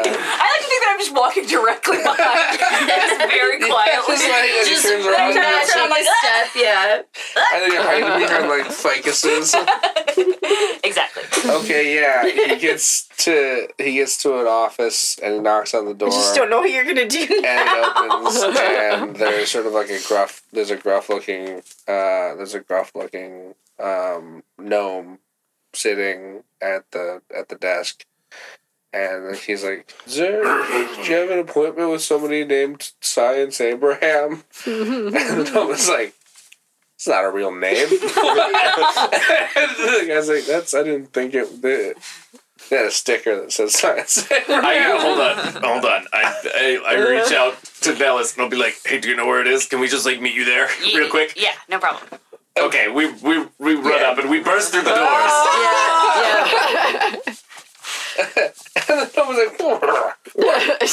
S5: like to think that I'm just walking directly behind. just very quietly.
S3: Just like, and he
S4: Just
S3: turns around and
S4: match
S3: looks
S4: on
S3: up,
S4: the step, yeah.
S3: and then you're hiding behind like ficuses.
S5: exactly.
S3: Okay, yeah. He gets to he gets to an office and he knocks on the door.
S4: Just don't know what you're gonna do.
S3: and it opens, and there's sort of like a gruff. There's a gruff looking. Uh, there's a gruff looking um, gnome sitting at the at the desk, and he's like, "Is there? Do you have an appointment with somebody named Science Abraham?" and the gnome is like. It's not a real name. and the guy's like, "That's I didn't think it." They, they had a sticker that says "Science." Abraham."
S9: I, hold on, hold on. I, I I reach out to Nellis and I'll be like, "Hey, do you know where it is? Can we just like meet you there real quick?"
S5: Yeah, no problem.
S9: Okay, we we we run
S3: Yeah.
S9: up and we burst through the doors.
S6: Yeah,
S3: and the gnome was like, "What?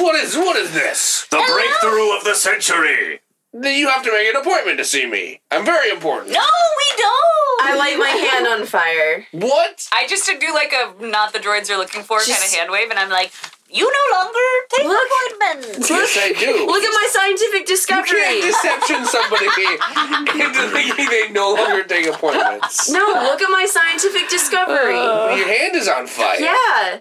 S3: What is what is this?"
S9: The breakthrough of the century.
S3: Then you have to make an appointment to see me. I'm very important.
S8: No, we don't.
S4: I light my hand on fire.
S3: What?
S5: I just do like a not the droids are looking for kind of
S4: Just-
S5: hand wave, and I'm like,
S8: you no longer take appointments.
S3: Yes, I do.
S4: Look at my
S3: You can't
S4: scientific discovery.
S3: deception somebody into thinking they no longer take appointments. Uh,
S4: No, look at my scientific discovery.
S3: Your hand is on fire.
S4: Yeah.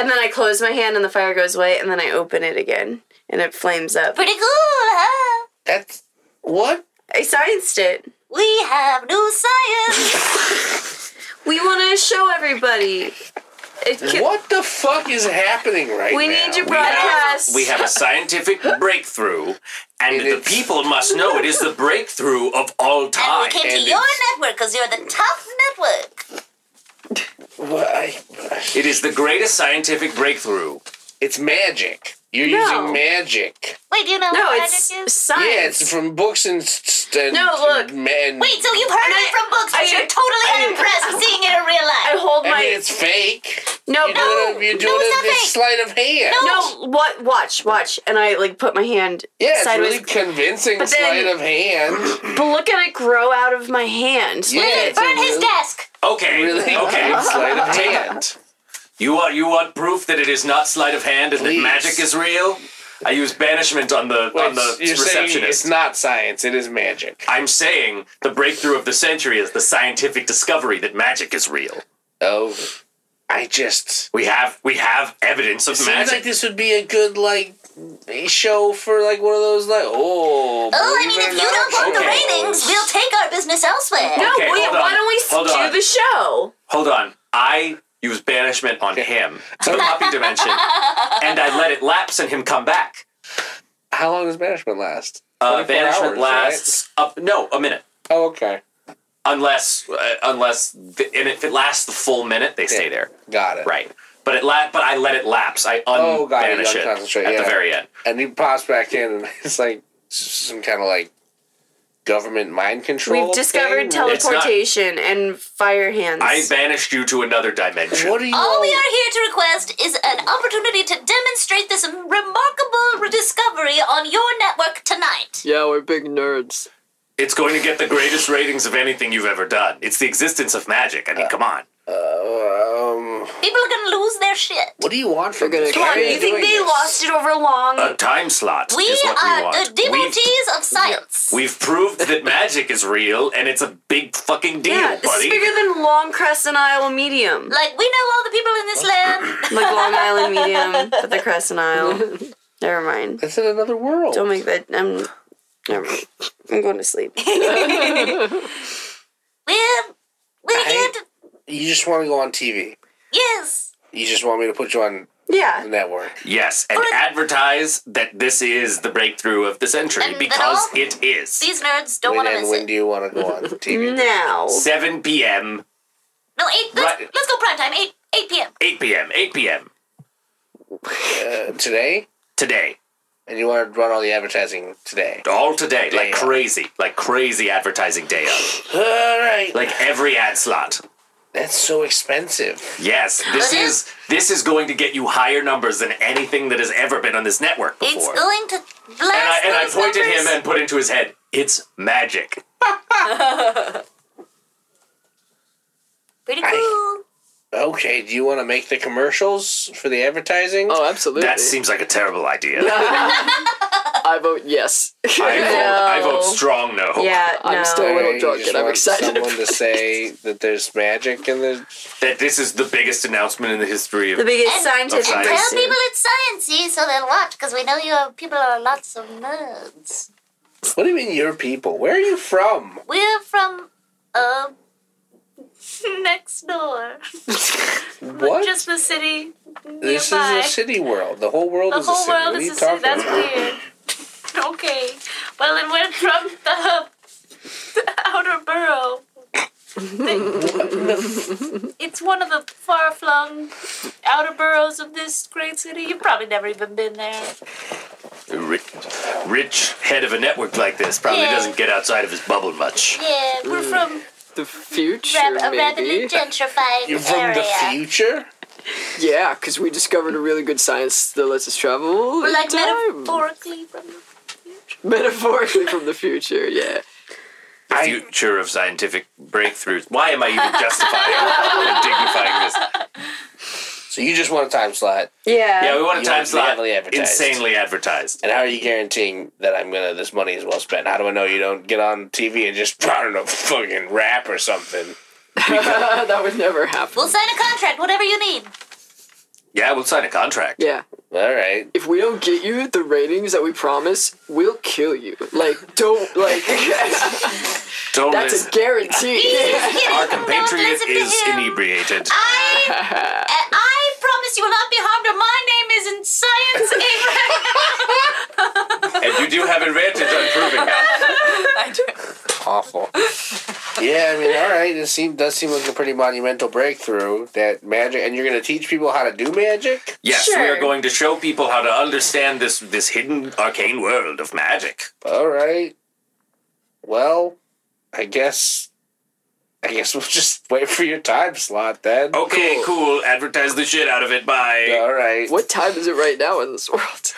S4: And then I close my hand and the fire goes away, and then I open it again and it flames up.
S8: Pretty cool, huh?
S3: That's what?
S4: I scienced it.
S8: We have new science.
S4: We want to show everybody. It can,
S3: What the fuck is happening right
S4: we
S3: now?
S4: need your broadcast.
S2: We have a scientific breakthrough, and
S3: It
S2: the
S3: is-
S2: people must know it is the breakthrough of all
S8: and we
S2: time.
S8: came
S3: Ah, and
S8: to your
S3: it's-
S8: network because you're the top network.
S3: Why?
S2: It is the greatest scientific breakthrough.
S3: It's magic. You're
S4: No.
S3: using magic.
S8: Wait, do you know
S4: no,
S8: what magic
S4: it's
S8: is?
S4: science.
S3: Yeah, it's from books and. St- and
S4: No, look.
S3: Man.
S8: Wait, so you've heard
S4: And
S8: it
S4: I-
S8: from books,
S4: I-
S8: but you're totally
S4: I-
S8: unimpressed seeing it in real
S4: I
S8: life.
S4: hold
S3: I
S4: my
S3: mean, it's fake.
S4: no,
S3: You're
S4: no,
S3: doing it, you're
S8: no,
S3: doing
S8: it's
S3: it
S8: not
S3: this
S8: fake.
S3: slight of hand.
S4: no. What? Watch, watch, and I like put my hand
S3: Yeah, it's
S4: sideways.
S3: really convincing
S4: But then-
S3: sleight of hand.
S4: But look at it grow out of my hand.
S3: Yeah, it's
S8: Burn
S3: a
S8: his
S3: really,
S8: desk.
S2: Okay,
S3: really
S2: okay.
S3: good sleight of hand.
S2: You want you want proof that it is not sleight of hand and that
S3: Please.
S2: magic is real? I use banishment on the on the
S3: you're saying
S2: receptionist.
S3: it's not science; it is magic.
S2: I'm saying the breakthrough of the century is the scientific discovery that magic is real.
S3: Oh, I just
S2: We have we have evidence of
S3: seems
S2: magic.
S3: like this would be a good like show for like one of those like
S8: Oh,
S3: oh.
S8: I
S3: believe
S8: mean,
S3: it
S8: if
S3: or
S8: you
S3: not,
S8: don't want the
S2: okay.
S8: ratings, we'll take our business elsewhere.
S4: No,
S2: Okay,
S4: wait.
S2: hold
S4: Why
S2: on,
S4: don't we
S2: hold
S4: do
S2: on.
S4: the show?
S2: Hold on. I use banishment on him, the puppy dimension, and I let it lapse and him come back.
S3: How long does banishment last?
S2: Uh,
S3: 24
S2: banishment
S3: hours,
S2: lasts up no a minute,
S3: Oh, okay,
S2: unless uh, unless the, and if it lasts the full minute, they stay
S3: Yeah.
S2: there.
S3: got it.
S2: Right. But it la- but I let it lapse. I
S3: Oh, got it. You
S2: unbanish it,
S3: unconcentrate,
S2: at
S3: yeah.
S2: the very end.
S3: And he pops back in, and it's like some kind of like government mind control.
S4: We've discovered
S3: thing?
S2: It's not-
S4: teleportation and fire hands.
S2: I banished you to another dimension.
S3: What are you?
S8: All we are here to request is an opportunity to demonstrate this remarkable re- discovery on your network tonight.
S6: Yeah, we're big nerds.
S2: It's going to get the greatest ratings of anything you've ever done. It's the existence of magic. I mean, come on.
S3: Uh, Um,
S8: People are gonna lose their shit.
S3: what do you want from
S6: We're gonna
S3: this?
S6: Come
S3: Why
S6: on,
S3: are
S6: you
S4: you think
S3: doing
S4: they
S3: this? Uh,
S4: lost it over long?
S2: A time slot
S8: We
S2: is what we
S8: are uh,
S2: want.
S8: the devotees of science.
S2: We've, we've proved that magic is real, and it's a big fucking deal,
S4: yeah, this is
S2: buddy.
S4: bigger than Long Crescent Isle medium.
S8: Like, we know all the people in this land.
S4: like Long Island medium, but the Crescent Isle. Never mind.
S3: It's in another world.
S4: Don't make that. I'm. Never mind. I'm going to sleep.
S8: We're, we're here
S3: I-
S8: to.
S3: You just want to go on TV.
S8: Yes.
S3: You just want me to put you on the
S4: Yeah.
S3: network.
S2: yes, and advertise that this is the breakthrough of the century
S8: And that
S2: because
S8: all-
S2: it is.
S8: These nerds don't
S3: When
S8: want to
S3: and
S8: miss
S3: when
S8: it.
S3: do you want to go on TV?
S4: Now.
S2: 7 p.m.,
S8: No, 8. Let's,
S2: Right.
S8: let's go prime time. 8, 8 p.m.
S2: 8 p.m., 8 p.m.
S3: Uh, today?
S2: today.
S3: And you want to run all the advertising today?
S2: All today, like
S3: Day of.
S2: crazy, like crazy advertising day of,
S3: All right.
S2: like every ad slot.
S3: That's so expensive.
S2: Yes, this
S8: But it-
S2: is this is going to get you higher numbers than anything that has ever been on this network
S8: It's
S2: before.
S8: going to blast
S2: and I, and I
S8: those
S2: pointed
S8: numbers.
S2: him and put into his head, "It's magic."
S8: Pretty
S3: I-
S8: cool.
S3: Okay, do you want to make the commercials for the advertising?
S6: Oh, absolutely.
S2: That seems like a terrible idea.
S6: I vote yes.
S2: I vote, I
S4: No.
S2: vote strong no.
S4: Yeah. No.
S6: I'm still a little
S3: you
S6: drunk
S3: just
S6: and I'm
S3: want
S6: excited.
S3: Someone to say that there's magic in the.
S2: That this is the biggest announcement in the history of.
S4: the biggest
S8: And-
S4: scientific.
S2: and
S8: Tell
S2: Nice.
S8: people it's sciencey so they'll watch because we know you have, people are lots of nerds.
S3: What do you mean, your people? Where are you from?
S8: We're from, um, next door.
S3: What?
S5: Just the city.
S3: this is
S5: nearby.
S3: a city world. The whole world
S5: The
S3: is a
S5: whole
S3: city.
S5: world
S3: What are
S5: is
S3: you
S5: a city.
S3: talking
S5: That's
S3: about?
S5: weird. okay. Well, then we're from the, the outer borough. The- it's one of the far flung outer boroughs of this great city. You've probably never even been there.
S2: rich, rich head of a network like this probably
S8: Yeah.
S2: doesn't get outside of his bubble much.
S8: Yeah,
S2: Hmm.
S8: we're from
S6: the future,
S8: rab- a rather
S6: maybe.
S8: gentrified
S3: You're from
S8: area.
S3: the future?
S6: Yeah, because we discovered a really good science that lets us travel.
S8: We're
S6: in
S8: like
S6: time.
S8: metaphorically from
S6: metaphorically from the future. Yeah.
S2: The future of scientific breakthroughs. Why am I even justifying and dignifying this?
S3: So you just want a time slot.
S4: Yeah.
S2: Yeah, we want a
S3: You
S2: time
S3: want
S2: slot
S3: heavily advertised.
S2: insanely advertised.
S3: And how are you guaranteeing that I'm gonna this money is well spent? How do I know you don't get on TV and just I don't know fucking rap or something?
S6: that would never happen.
S8: We'll sign a contract, whatever you need.
S2: Yeah, we'll sign a contract.
S6: Yeah.
S3: All right.
S6: If we don't get you the ratings that we promise, we'll kill you. Like, don't, like,
S2: Don't
S6: that's a
S2: listen.
S6: guarantee.
S2: Our
S8: Don't
S2: compatriot
S8: listen to
S2: is
S8: him.
S2: inebriated.
S8: I, I promise you will not be harmed, or my name isn't Science Abraham.
S2: and you do have advantage on proving that.
S3: Awful. yeah, I mean, all right. It seem, does seem like a pretty monumental breakthrough that magic, and you're going to teach people how to do magic.
S2: Yes, we
S4: Sure.
S2: are going to show people how to understand this this hidden arcane world of magic.
S3: All right. Well, I guess. I guess we'll just wait for your time slot then.
S2: Okay, cool. Advertise the shit out of it. Bye.
S3: All right.
S6: what time is it right now in this world?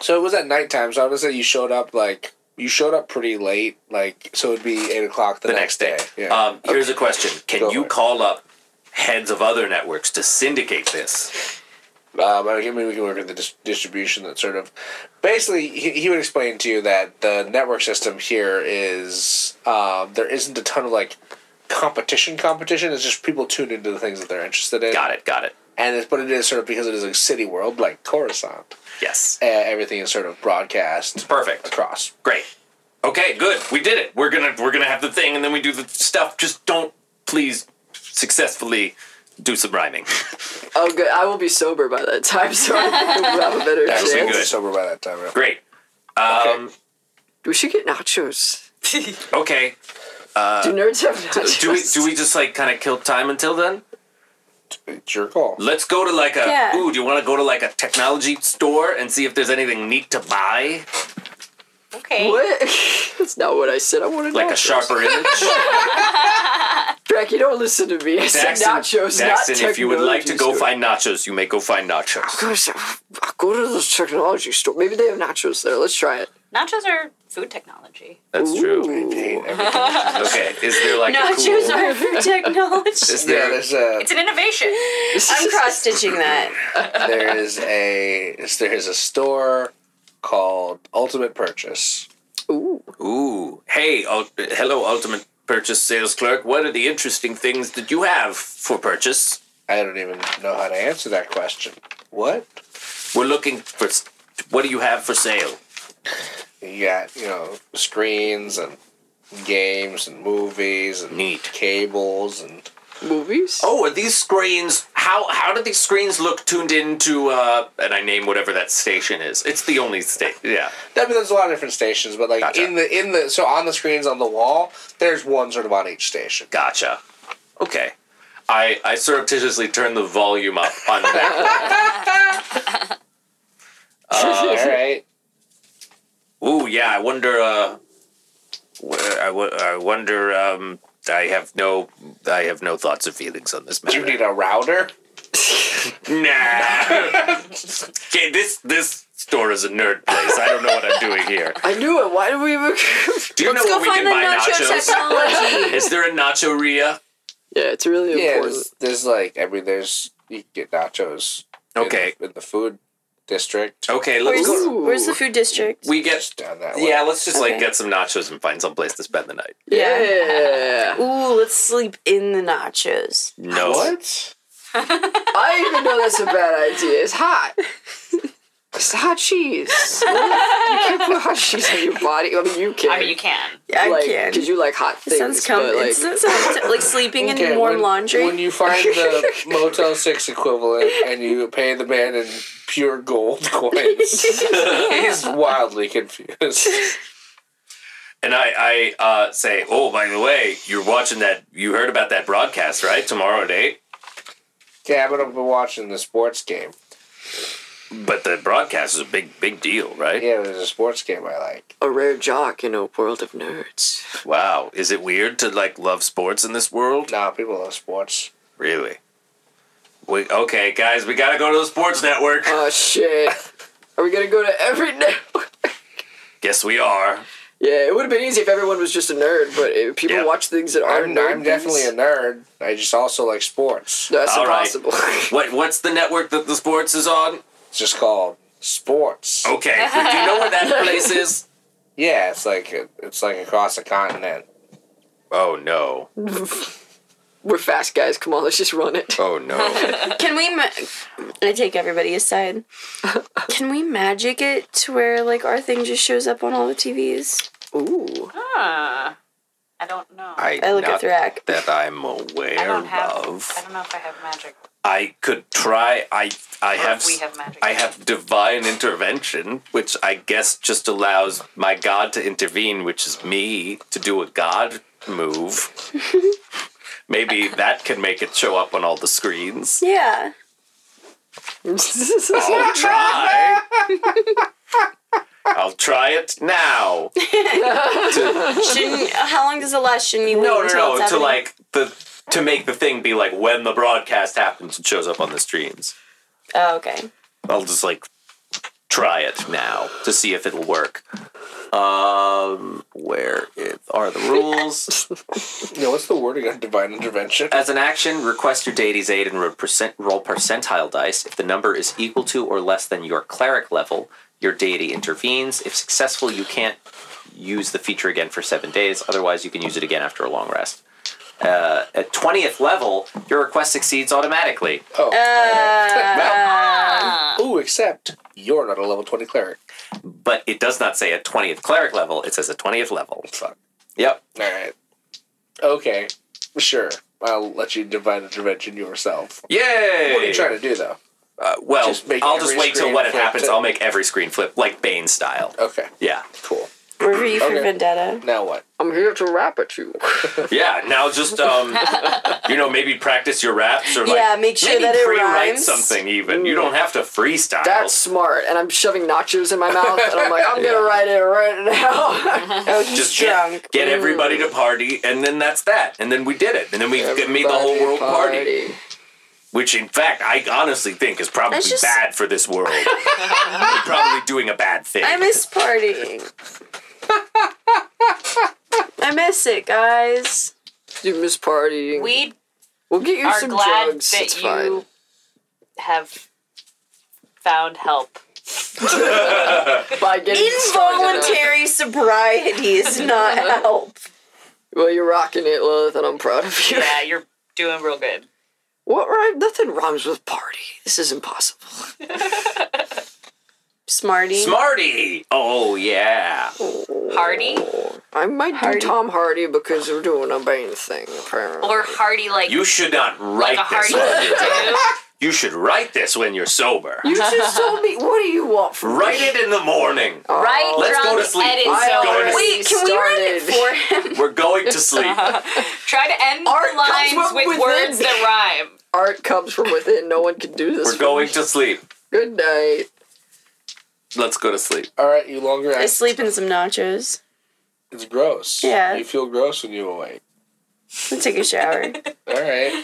S3: So it was at nighttime. So I would say you showed up like you showed up pretty late. Like so, it'd be eight o'clock the,
S2: the
S3: next, day. Yeah.
S2: Um, here's a question: Can
S3: Go
S2: you
S3: for it.
S2: call up heads of other networks to syndicate this?
S3: Um, I mean, we can work with the dis- distribution that sort of basically he, he would explain to you that the network system here is um, there isn't a ton of like competition. Competition It's just people tune into the things that they're interested in.
S2: Got it. Got it.
S3: And it's, but it is sort of because it is a city world like Coruscant.
S2: Yes.
S3: Uh, everything is sort of broadcast
S2: Perfect.
S3: across.
S2: Great. Okay. Good. We did it. We're gonna we're gonna have the thing, and then we do the stuff. Just don't please successfully do some rhyming.
S6: Oh, good. I will be sober by that time, so I'll have a
S3: Actually,
S6: better chance.
S3: we'll be
S2: good.
S3: sober by that time. yeah.
S2: Great. Um,
S6: We should get nachos.
S2: okay.
S6: do nerds have nachos?
S2: Uh, Do we do we just like kind of kill time until then?
S3: It's your call.
S2: Let's go to like a
S4: Yeah.
S2: ooh. Do you want to go to like a technology store and see if there's anything neat to buy,
S5: Okay.
S6: What? That's not what I said. I wanted
S2: like
S6: nachos.
S2: a sharper image?
S6: Drake, you don't listen to me. I said
S2: Daxton,
S6: nachos,
S2: Daxton,
S6: not
S2: if you would like to go
S6: technology store.
S2: find nachos, you may go find nachos.
S6: Gosh, I'll go to the technology store. Maybe they have nachos there. Let's try it.
S8: Nachos are food technology.
S2: That's true.
S3: Hate everything.
S2: Okay, is there like a cool?
S4: Nachos are for technology.
S2: Is
S3: yeah,
S2: there?
S3: there's a
S8: It's an innovation.
S4: I'm cross stitching that.
S3: there is a there is a store called Ultimate Purchase.
S6: Ooh.
S2: Ooh, hey, ul- hello, ultimate purchase sales clerk. What are the interesting things that you have for purchase?
S3: I don't even know how to answer that question. What?
S2: We're looking for. s- What do you have for sale?
S3: You got, you know, screens and games and movies and
S2: Neat.
S3: cables and
S6: Movies?
S2: Oh, are these screens? How how do these screens look tuned into? Uh, and I name whatever that station is. It's the only station. Yeah.
S3: I mean, there's a lot of different stations, but like
S2: Gotcha.
S3: in the in the so on the screens on the wall, there's one sort of on each station.
S2: Gotcha. Okay. I, I surreptitiously turned the volume up on that.
S3: All right.
S2: Uh, Ooh, yeah. I wonder. Uh, where, I, w- I wonder. Um, I have no. I have no thoughts or feelings on this
S3: Do you
S2: matter.
S3: need a router?
S2: Nah. okay. This this store is a nerd place. I don't know what I'm doing here.
S6: I knew it. Why did we even.
S2: Do you know where we can buy nachos?
S4: technology.
S2: Is there a nacho Ria?
S6: yeah, it's really
S3: Yeah,
S6: important.
S3: there's, there's like I mean, there's you can get nachos. in the-
S2: Okay.
S3: in the food district.
S2: Okay. Let's.
S4: Where's,
S2: Go.
S6: Ooh.
S4: where's the food district?
S2: We get.
S3: Just down that way.
S2: Yeah. Let's just like
S4: Okay.
S2: get some nachos and find some place to spend the night.
S6: Yeah.
S4: Ooh, let's sleep in the nachos.
S2: No.
S3: What?
S6: I even know that's a bad idea. It's hot. It's hot cheese. you can't put hot cheese on your body. I mean, you can.
S5: I mean, you can.
S4: Yeah, I
S6: like,
S4: can.
S6: Because you like hot
S4: It
S6: things.
S4: sounds
S6: but,
S4: comfy.
S6: like,
S4: like sleeping
S3: Okay,
S4: in warm
S3: when-
S4: laundry.
S3: When you find the Motel 6 equivalent and you pay the man in pure gold coins, he's wildly confused.
S2: And I, I uh, say, oh, by the way, you're watching that. You heard about that broadcast, right? Tomorrow at eight.
S3: Yeah, but I've been watching the sports game.
S2: But the broadcast is a big, big deal, right?
S3: Yeah, there's a sports game I like.
S6: a rare jock in a world of nerds.
S2: Wow, is it weird to like love sports in this world?
S3: Nah, people love sports.
S2: Really? We, okay, guys, we gotta go to the sports network.
S6: Oh shit. Are we gonna go to every nerd?
S2: Guess we are.
S6: yeah, it would have been easy if everyone was just a nerd, but if people
S2: Yeah.
S6: watch things that are
S3: I'm,
S6: nerd.
S3: I'm definitely a
S6: things,
S3: nerd. I just also like sports.
S6: no, that's
S2: All right.
S6: impossible.
S2: What? What's the network that the sports is on?
S3: It's just called sports.
S2: Okay, but do you know where that place is?
S3: Yeah, it's like it's like across a continent.
S2: Oh no.
S6: We're fast guys. Come on, let's just run it.
S3: Oh no.
S4: Can we? Ma- I take everybody aside. Can we magic it to where like our thing just shows up on all the TVs?
S6: Ooh.
S5: Huh. Ah. I don't know. I,
S4: I look at Thrak.
S10: that I'm aware
S5: don't have. I don't know if I have magic.
S2: I could try. I I
S5: Or
S2: have.
S5: if we have magic.
S2: I have divine intervention, which I guess just allows my god to intervene, which is me to do a god move. Maybe that can make it show up on all the screens.
S4: Yeah.
S2: Oh, I'll try. I'll try it now.
S4: Shouldn't? How long does it last? Shouldn't you wait
S2: No,
S4: until
S2: no, no.
S4: it's
S2: To
S4: happening?
S2: like the to make the thing be like when the broadcast happens, it shows up on the streams.
S4: Oh, okay.
S2: I'll just like try it now to see if it'll work. Um, where it, are the rules?
S3: no, what's the wording on divine intervention?
S2: As an action, request your deity's aid and roll, percent, roll percentile dice. If the number is equal to or less than your cleric level, your deity intervenes. If successful, you can't use the feature again for seven days. Otherwise, you can use it again after a long rest. Uh, at 20th level, your request succeeds automatically.
S3: Oh.
S4: Uh,
S3: Ooh, except you're not a level 20 cleric.
S2: But it does not say at 20th cleric level, it says at 20th level.
S3: Fuck.
S2: Yep.
S3: All right. Okay. Sure. I'll let you divine intervention yourself.
S2: Yay!
S3: What are you trying to do, though?
S2: Uh, well,
S3: Just make
S2: I'll
S3: every
S2: just wait till
S3: screen
S2: when it
S3: flip
S2: happens.
S3: to-
S2: I'll make every screen flip, like Bane style.
S3: Okay.
S2: Yeah.
S3: Cool.
S4: Where were you for
S3: Okay.
S4: Vendetta?
S3: Now what?
S6: I'm here to rap at you.
S2: Yeah. Now just, um, you know, maybe practice your raps or like.
S4: Yeah, make sure
S2: maybe
S4: that it
S2: pre-write
S4: rhymes.
S2: something even. You don't have to freestyle.
S6: That's smart. And I'm shoving nachos in my mouth, and I'm like, I'm gonna write it right now.
S4: Oh, he's
S2: just
S4: drunk. Mm.
S2: get, get everybody to party, and then that's that. And then we did it, and then we made the whole world party. Which, in fact, I honestly think is probably
S4: That's just-
S2: bad for this world. We're probably doing a bad thing.
S4: I miss partying. I miss it, guys.
S6: You miss partying. We
S5: We
S6: will get you
S5: are
S6: some
S5: glad
S6: drugs.
S5: that
S6: it's
S5: you
S6: fine.
S5: have found help.
S6: By getting started, uh,
S4: Involuntary sobriety is not help.
S6: Well, you're rocking it, Lilith, and I'm proud of you.
S5: Yeah, you're doing real good.
S6: What rhyme? Nothing rhymes with party. This is impossible.
S4: Smarty.
S2: Smarty. Oh yeah.
S5: Hardy
S6: I might do Tom Hardy because we're doing a Bane thing, apparently.
S5: or Hardy like
S2: You should not write
S5: like a
S2: this.
S5: Hardy.
S2: when you're drunk.
S5: too.
S2: You should write this when you're sober.
S6: you just told me, what do you want from
S2: write it in the morning.
S6: Oh.
S5: right?
S2: Let's go
S5: drunk
S2: to sleep.
S5: at its
S2: Let's
S5: own-
S2: go to sleep.
S4: Wait, can we write it for him?
S2: We're going to sleep.
S5: Try to end
S6: Art
S5: our
S6: comes
S5: lines
S6: from
S5: with
S6: within.
S5: words that rhyme.
S6: Art comes from within. No one can do this.
S2: We're
S6: for
S2: going
S6: me.
S2: to sleep.
S6: Good night.
S2: Let's go to sleep.
S3: All right, you longer
S4: I
S3: act.
S4: sleep in some nachos.
S3: It's gross.
S4: Yeah.
S3: You feel gross when you're awake.
S4: I take a shower.
S3: All right.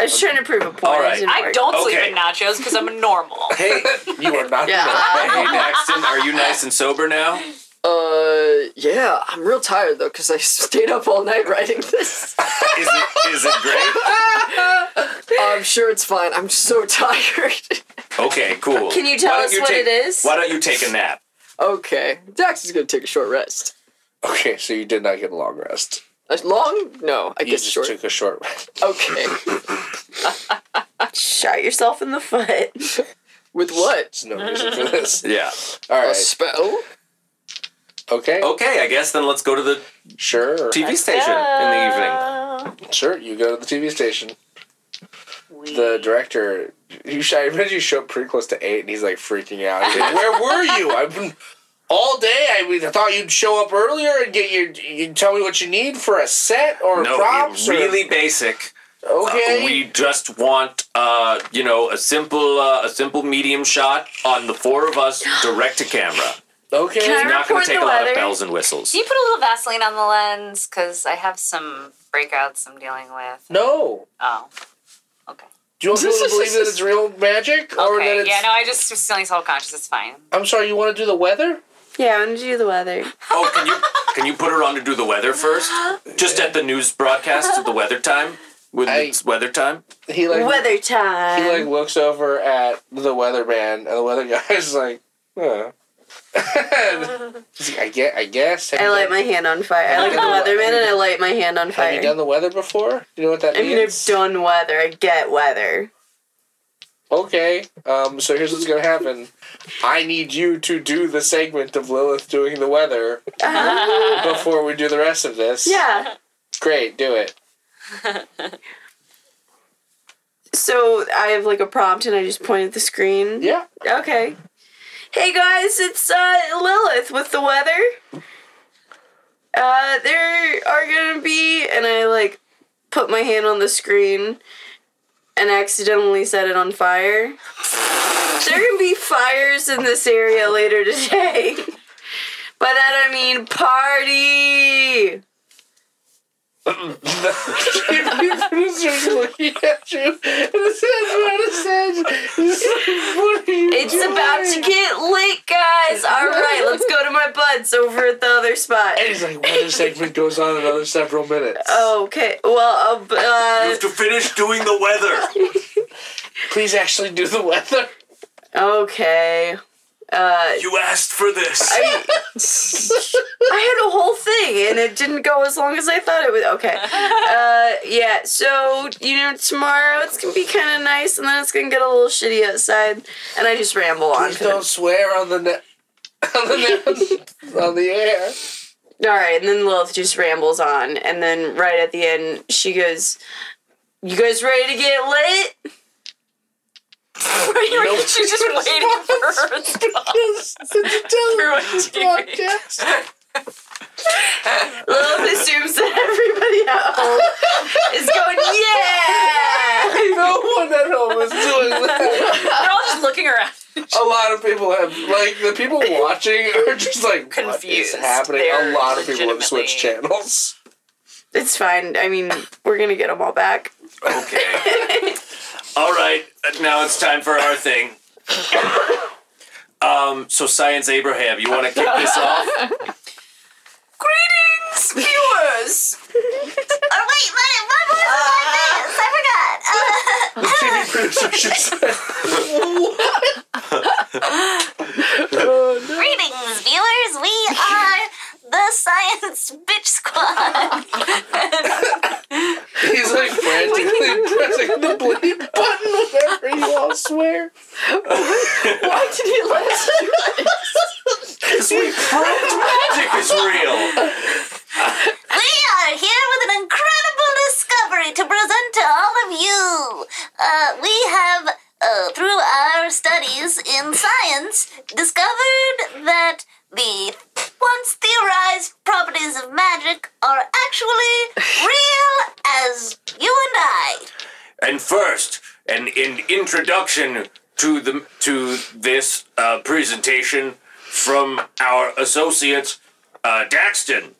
S4: I was trying to prove a point.
S2: All right.
S4: It didn't
S5: I
S4: work.
S5: don't sleep
S2: Okay.
S5: in nachos because I'm normal.
S2: Hey,
S3: You are not.
S6: Yeah.
S2: hey, Daxton, are you nice and sober now?
S6: Uh, yeah. I'm real tired though because I stayed up all night writing
S2: Is
S6: this.
S2: it is it great?
S6: I'm sure it's fine. I'm so tired.
S2: Okay, cool.
S4: Can you tell
S2: Why don't
S4: us what
S2: take-
S4: it is?
S2: Why don't you take a nap?
S6: okay, Dax is gonna take a short rest.
S3: Okay, so you did not get a long rest.
S6: A long? No, I
S3: You
S6: guess
S3: just
S6: short.
S3: took a short rest.
S6: Okay.
S4: Shot yourself in the foot.
S6: With what?
S3: There's no reason for this.
S2: Yeah.
S3: All
S6: A
S3: right.
S6: spell?
S3: Okay.
S2: Okay, I guess then let's go to the
S3: Sure.
S2: TV station in the evening.
S3: Sure. You go to the TV station. The director, you sh- I imagine you show up pretty close to eight, and he's like freaking out. He's like, Where were you? I've been all day. I, mean, I thought you'd show up earlier and get your. You tell me what you need for a set or
S2: No,
S3: props. or-
S2: really basic. Uh,
S3: okay.
S2: We just want, uh, you know, a simple, uh, a simple medium shot on the four of us, direct to camera.
S3: okay.
S4: Can I
S2: It's not going
S4: record
S2: to take
S4: the
S2: a lot
S4: weather?
S2: of bells and whistles.
S5: Do you put a little Vaseline on the lens? Because I have some breakouts I'm dealing with.
S3: no.
S5: Oh. Okay.
S3: Do you want people to believe that it's real magic or that
S5: Okay.
S3: it's?
S5: Yeah, no, I just was feeling self conscious. It's fine.
S3: I'm sorry. You want to do the weather?
S4: Yeah, I'm gonna do the weather.
S2: Oh, can you can you put her on to do the weather first? Just at the news broadcast at the weather time with
S3: I-
S2: it's weather time.
S3: He like
S4: weather time.
S3: he like looks over at the weatherman, and the weather guy is like, huh. God. It's like, I get. I guess. Have
S4: I
S3: you
S4: light
S3: done-
S4: my hand on fire. I look at the weatherman and I light my hand on
S3: Have
S4: fire.
S3: you done the weather before? You know what that
S4: I mean, I've
S3: means.
S4: done weather. I get weather.
S3: okay. Um. So here's what's gonna happen. I need you to do the segment of Lilith doing the weather before we do the rest of this.
S4: Yeah.
S3: Great. Do it.
S4: So I have like a prompt and I just point at the screen.
S3: Yeah.
S4: Okay. Hey guys, it's uh, Lilith with the weather. Uh, there are gonna be, and I like put my hand on the screen and accidentally set it on fire. there gonna be fires in this area later today. By that I mean party.
S3: Producer's looking at you. And this is what it says. This is what you
S4: It's about to get lit, guys. All right, let's go to my buds over at the other spot.
S3: He's like, weather segment goes on another several minutes.
S4: Okay. Well, uh, b-
S7: You
S4: uh,
S7: have to finish doing the weather.
S3: Please actually do the weather.
S4: okay. Uh,
S7: You asked for this.
S4: I, I had a whole thing and it didn't go as long as I thought it would. Okay. Uh, yeah, so, you know, tomorrow it's going to be kind of nice and then it's going to get a little shitty outside. And I just ramble on.
S3: Please don't swear on the net. On the, net, on the air.
S4: All right, and then Lilith just rambles on, and then right at the end, she goes, "You guys ready to get lit?"
S5: She's just waiting for her
S3: Because it's a
S5: Through a
S3: television
S5: TV.
S3: podcast.
S4: Lilith assumes that everybody at home is going, "Yeah!"
S3: No one at home is doing that.
S5: They're all just looking around.
S3: A lot of people have, like, the people watching are just like, what is
S5: Confused.
S3: happening?
S5: They're
S3: a lot of people have
S5: legitimately-
S3: switched channels.
S4: It's fine. I mean, we're gonna get them all back.
S2: Okay. All right. Now it's time for our thing. Um, so science Abraham, you want to kick this off?
S5: Greetings, viewers!
S8: Oh wait, let it. One more before this. I forgot. Uh,
S3: TV producer should say.
S6: Oh,
S8: greetings, viewers. We are the Science Bitch Squad.
S3: He's like frantically pressing the bleep button whenever you all swear.
S6: Why did he let us do
S2: Because we proved magic is real.
S8: we are here with an incredible discovery to present to all of you. Uh, we have, uh, through our studies in science, discovered that the once theorized properties of magic are actually real as you and I.
S2: And first, an, an introduction to the to this uh, presentation from our associate uh, Daxton.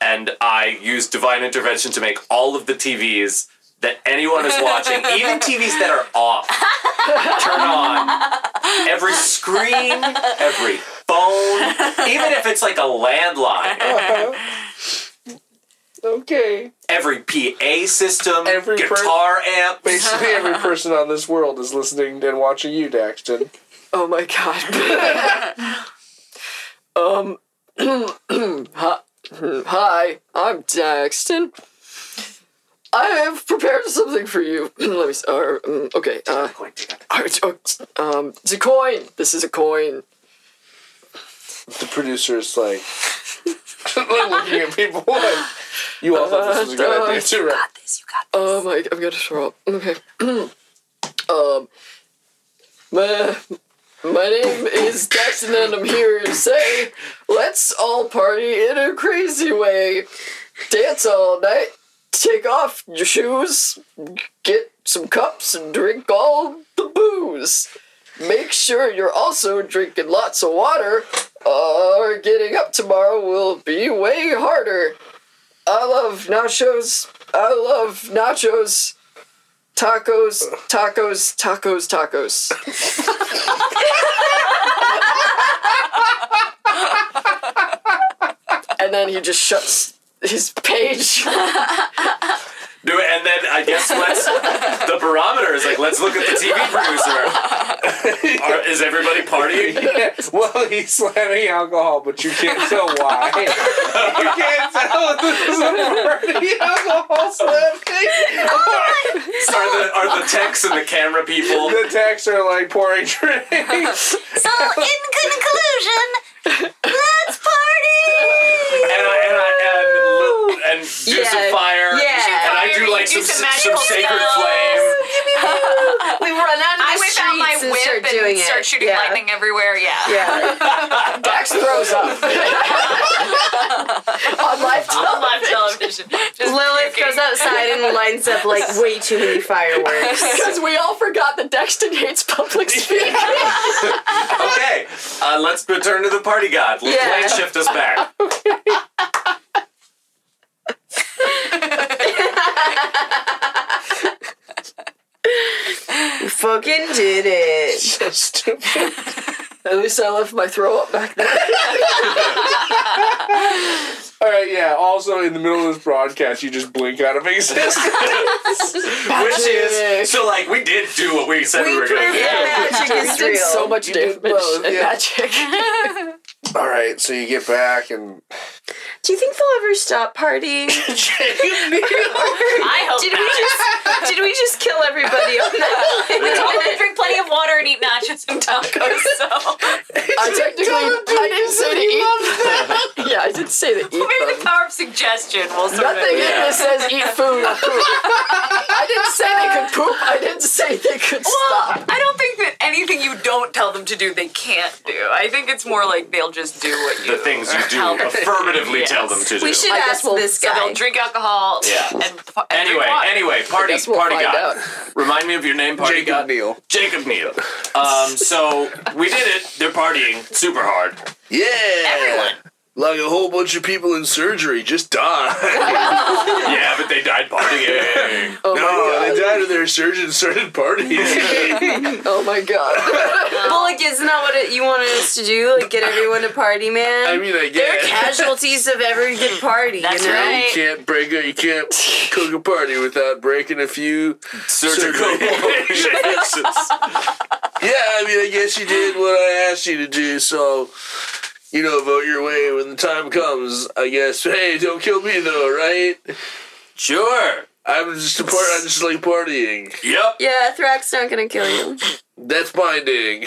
S2: And I use divine intervention to make all of the TVs that anyone is watching, even TVs that are off, turn on. Every screen, every phone, even if it's like a landline,
S3: Okay.
S2: every PA system,
S3: Every per-
S2: guitar amp,
S3: Basically, every person on this world is listening and watching you, Daxton.
S6: Oh my god. um. hi, hi, I'm Daxton. I have prepared something for you. Let me. s- Uh, mm, okay. Uh, uh, um, it's a coin. This is a coin.
S3: The producer is like looking at people like, you all thought this was a good idea too, right?
S6: Uh, Oh my! I'm gonna throw up. Okay. um. My, my name is Daxton, and I'm here to say, let's all party in a crazy way, dance all night, take off your shoes, get some cups, and drink all the booze. Make sure you're also drinking lots of water, or getting up tomorrow will be way harder. I love nachos. I love nachos. Tacos, tacos, tacos, tacos. and then he just shuts his page.
S2: Do it, and and then I guess let's the barometer is like let's look at the TV producer. Are, is everybody partying?
S3: well, he's slamming alcohol, but you can't tell why. you can't tell if this is a party alcohol slamming.
S2: Are the are the techs and the camera people?
S3: the texts are like pouring drinks.
S8: So, in conclusion, let's party!
S2: and I and I and, li- and do some
S4: Yeah.
S2: fire.
S4: Yeah.
S2: And I do like
S5: Do
S2: some
S5: some
S2: some,
S5: magical
S2: sacred
S5: spells.
S2: flame.
S4: we run out of
S5: I whip out my whip and, start shooting
S4: yeah.
S5: lightning everywhere. Yeah.
S4: Yeah.
S6: Dax throws up. On live
S5: On
S6: television.
S5: live television. Just
S4: Lilith
S5: puking.
S4: goes outside and lines up like way too many fireworks.
S6: Because we all forgot that Dexton hates public speaking.
S2: Okay, uh, let's return to the party god. Let's
S4: Yeah.
S2: plane shift us back.
S4: Fucking did it.
S3: so stupid.
S6: At least I left my throw up back there.
S3: All right, yeah. Also, in the middle of this broadcast, you just blink out of existence.
S2: Which is so like we did do what we said we,
S4: We
S2: were
S4: proved
S2: going to do.
S4: that magic
S6: You
S4: is
S6: did
S4: real.
S6: so much damage
S3: did both,
S6: and
S3: yeah.
S6: magic.
S3: All right, so you get back and
S4: Do you think they'll ever stop partying?
S5: I hope
S4: Did
S5: not.
S4: we just did we just kill everybody on that?
S5: Probably drink plenty of water and eat nachos and tacos. So
S6: I technically I didn't say to eat. yeah, I did say to eat
S5: maybe the
S6: them.
S5: power of suggestion will sort
S6: Nothing in
S5: of.
S6: this says eat food or poop. I didn't say they could poop. I didn't say they could
S5: Well,
S6: stop.
S5: I don't think that anything you don't tell them to do, they can't do. I think it's more like they'll just do what you
S2: The things you do
S5: Tell them.
S2: affirmatively
S5: Yes.
S2: tell them to do.
S4: we should
S6: I guess
S4: ask
S6: we'll-
S4: this
S5: So
S4: guy.
S5: they'll drink alcohol.
S2: Yeah.
S5: And, and drink
S2: Anyway,
S5: wine.
S2: anyway, party
S6: Guess we'll
S2: party
S6: find
S2: god.
S6: out.
S2: Remind me of your name, party
S3: Jacob
S2: god.
S3: Neal.
S2: Jacob Neal. Um, so we did it. They're partying super hard.
S3: Yeah. Everyone. Like a whole bunch of people in surgery just died.
S2: Yeah, but they died partying.
S6: Oh
S3: no,
S6: my
S3: they
S6: god.
S3: died of their surgeon started partying.
S6: Oh my god.
S4: Well, like, isn't that what it, you wanted us to do? Like, get everyone to party, man.
S3: I mean, I
S4: they're
S3: guess.
S4: casualties of every good party.
S5: That's
S4: you know?
S5: right.
S3: You can't break a, you can't cook a party without breaking a few.
S2: Surgical fixes.
S3: Yeah, I mean, I guess you did what I asked you to do, so you know, vote your way when the time comes. I guess. Hey, don't kill me though, right?
S2: Sure.
S3: I'm just a part. I'm just like partying.
S2: Yep.
S4: Yeah, Thrax not gonna kill you.
S3: That's binding.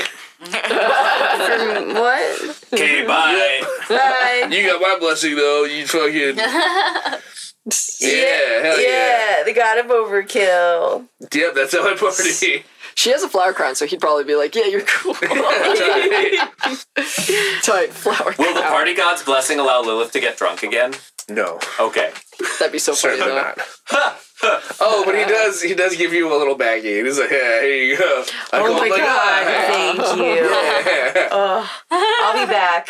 S4: From what?
S2: Okay, bye.
S4: Bye.
S3: You got my blessing though. You fucking yeah, hell yeah.
S4: yeah, the god of overkill.
S3: Yep, that's how I party.
S6: She has a flower crown, so he'd probably be like, "Yeah, you're cool." Tight flower
S2: Will the
S6: crown.
S2: party god's blessing allow Lilith to get drunk again?
S3: no,
S2: Okay.
S6: That'd be so funny
S3: certainly
S6: though.
S3: not. Uh, oh, but he does. He does give you a little baggie. And he's like, yeah, here you go. I
S4: Oh
S3: called
S4: my god, thank you.
S3: guy.
S4: I'll be back.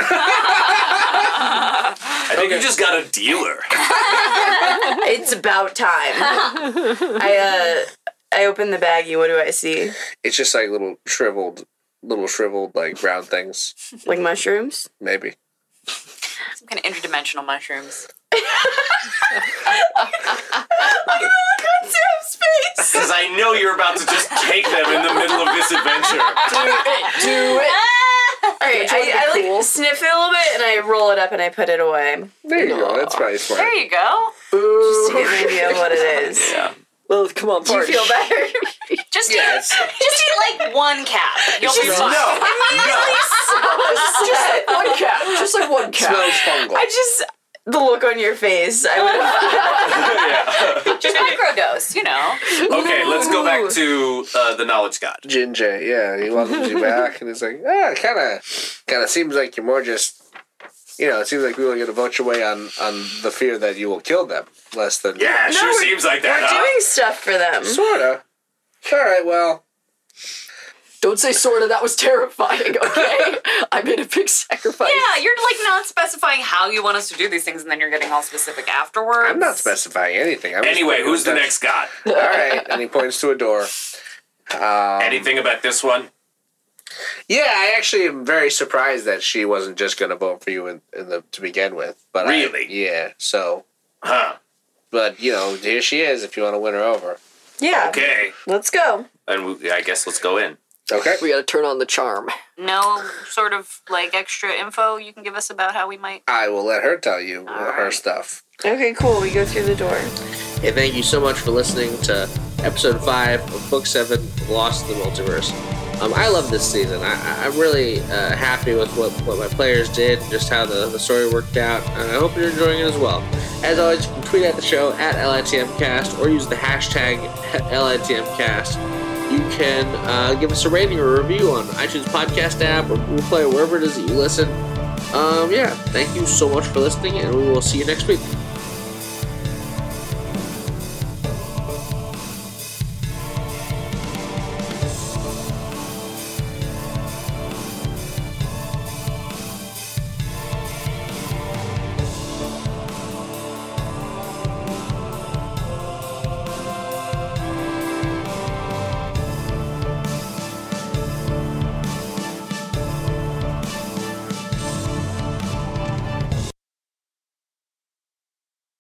S2: I think you just got a dealer.
S4: It's about time. I uh I open the baggie, what do I see?
S3: it's just like little shriveled, little shriveled like brown things.
S4: Like mushrooms?
S3: Maybe.
S5: Some kind of interdimensional mushrooms.
S2: Because I know you're about to just take them in the middle of this adventure.
S6: Do it.
S4: Alright,
S6: Would you
S4: I, I
S6: be
S4: like
S6: cool?
S4: sniff it a little bit and I roll it up and I put it away.
S3: There you go. That's probably smart.
S5: There you go.
S4: Just to get an idea of what it is.
S2: Yeah.
S6: Lilith, come on,
S4: Do you
S6: party.
S4: feel better?
S5: Just eat, just eat like one cap. You'll be fine.
S6: just like one cat. Just like one cat.
S3: Smells fungal.
S4: I just the look on your face. I would
S5: Just microdose, you know.
S2: Okay, let's go back to uh, the knowledge god.
S3: Jinjay, yeah, he welcomes you back, and it's like, ah, kind of, kind of seems like you're more just, you know, it seems like we were going to vote your way on on the fear that you will kill them, less than
S2: Yeah,
S4: No,
S2: sure
S4: we're-
S2: seems like that.
S4: We're
S6: Uh,
S2: huh?
S4: doing stuff for them.
S3: sorta. All right, well,
S6: Don't say sorta. That was terrifying. Okay, I made a big sacrifice.
S5: Yeah, you're like not specifying how you want us to do these things, and then you're getting all specific afterwards.
S3: I'm not specifying anything. I'm just
S2: Anyway,
S3: putting
S2: who's the
S3: it-
S2: next god?
S3: All right, and he points to a door. Um,
S2: Anything about this one?
S3: Yeah, I actually am very surprised that she wasn't just going to vote for you in, in the to begin with. But I-
S2: Really?
S3: yeah. So
S2: Huh.
S3: But you know, here she is. If you want to win her over,
S4: Yeah.
S9: Okay.
S4: Let's go.
S9: And we, I guess let's go in.
S3: okay.
S6: We gotta turn on the charm.
S5: No sort of like extra info you can give us about how we might.
S3: I will let her tell you her stuff.
S4: Okay, cool. We go through the door.
S3: Hey, thank you so much for listening to episode five of book seven, Lost in the Multiverse. Um, I love this season. I, I- I'm really uh, happy with what, what my players did, just how the, the story worked out, and I hope you're enjoying it as well. As always, you can tweet at the show at LITMcast or use the hashtag LITMcast. You can uh, give us a rating or review on iTunes Podcast app or Google Play, wherever it is that you listen. Um, yeah, thank you so much for listening, and we will see you next week.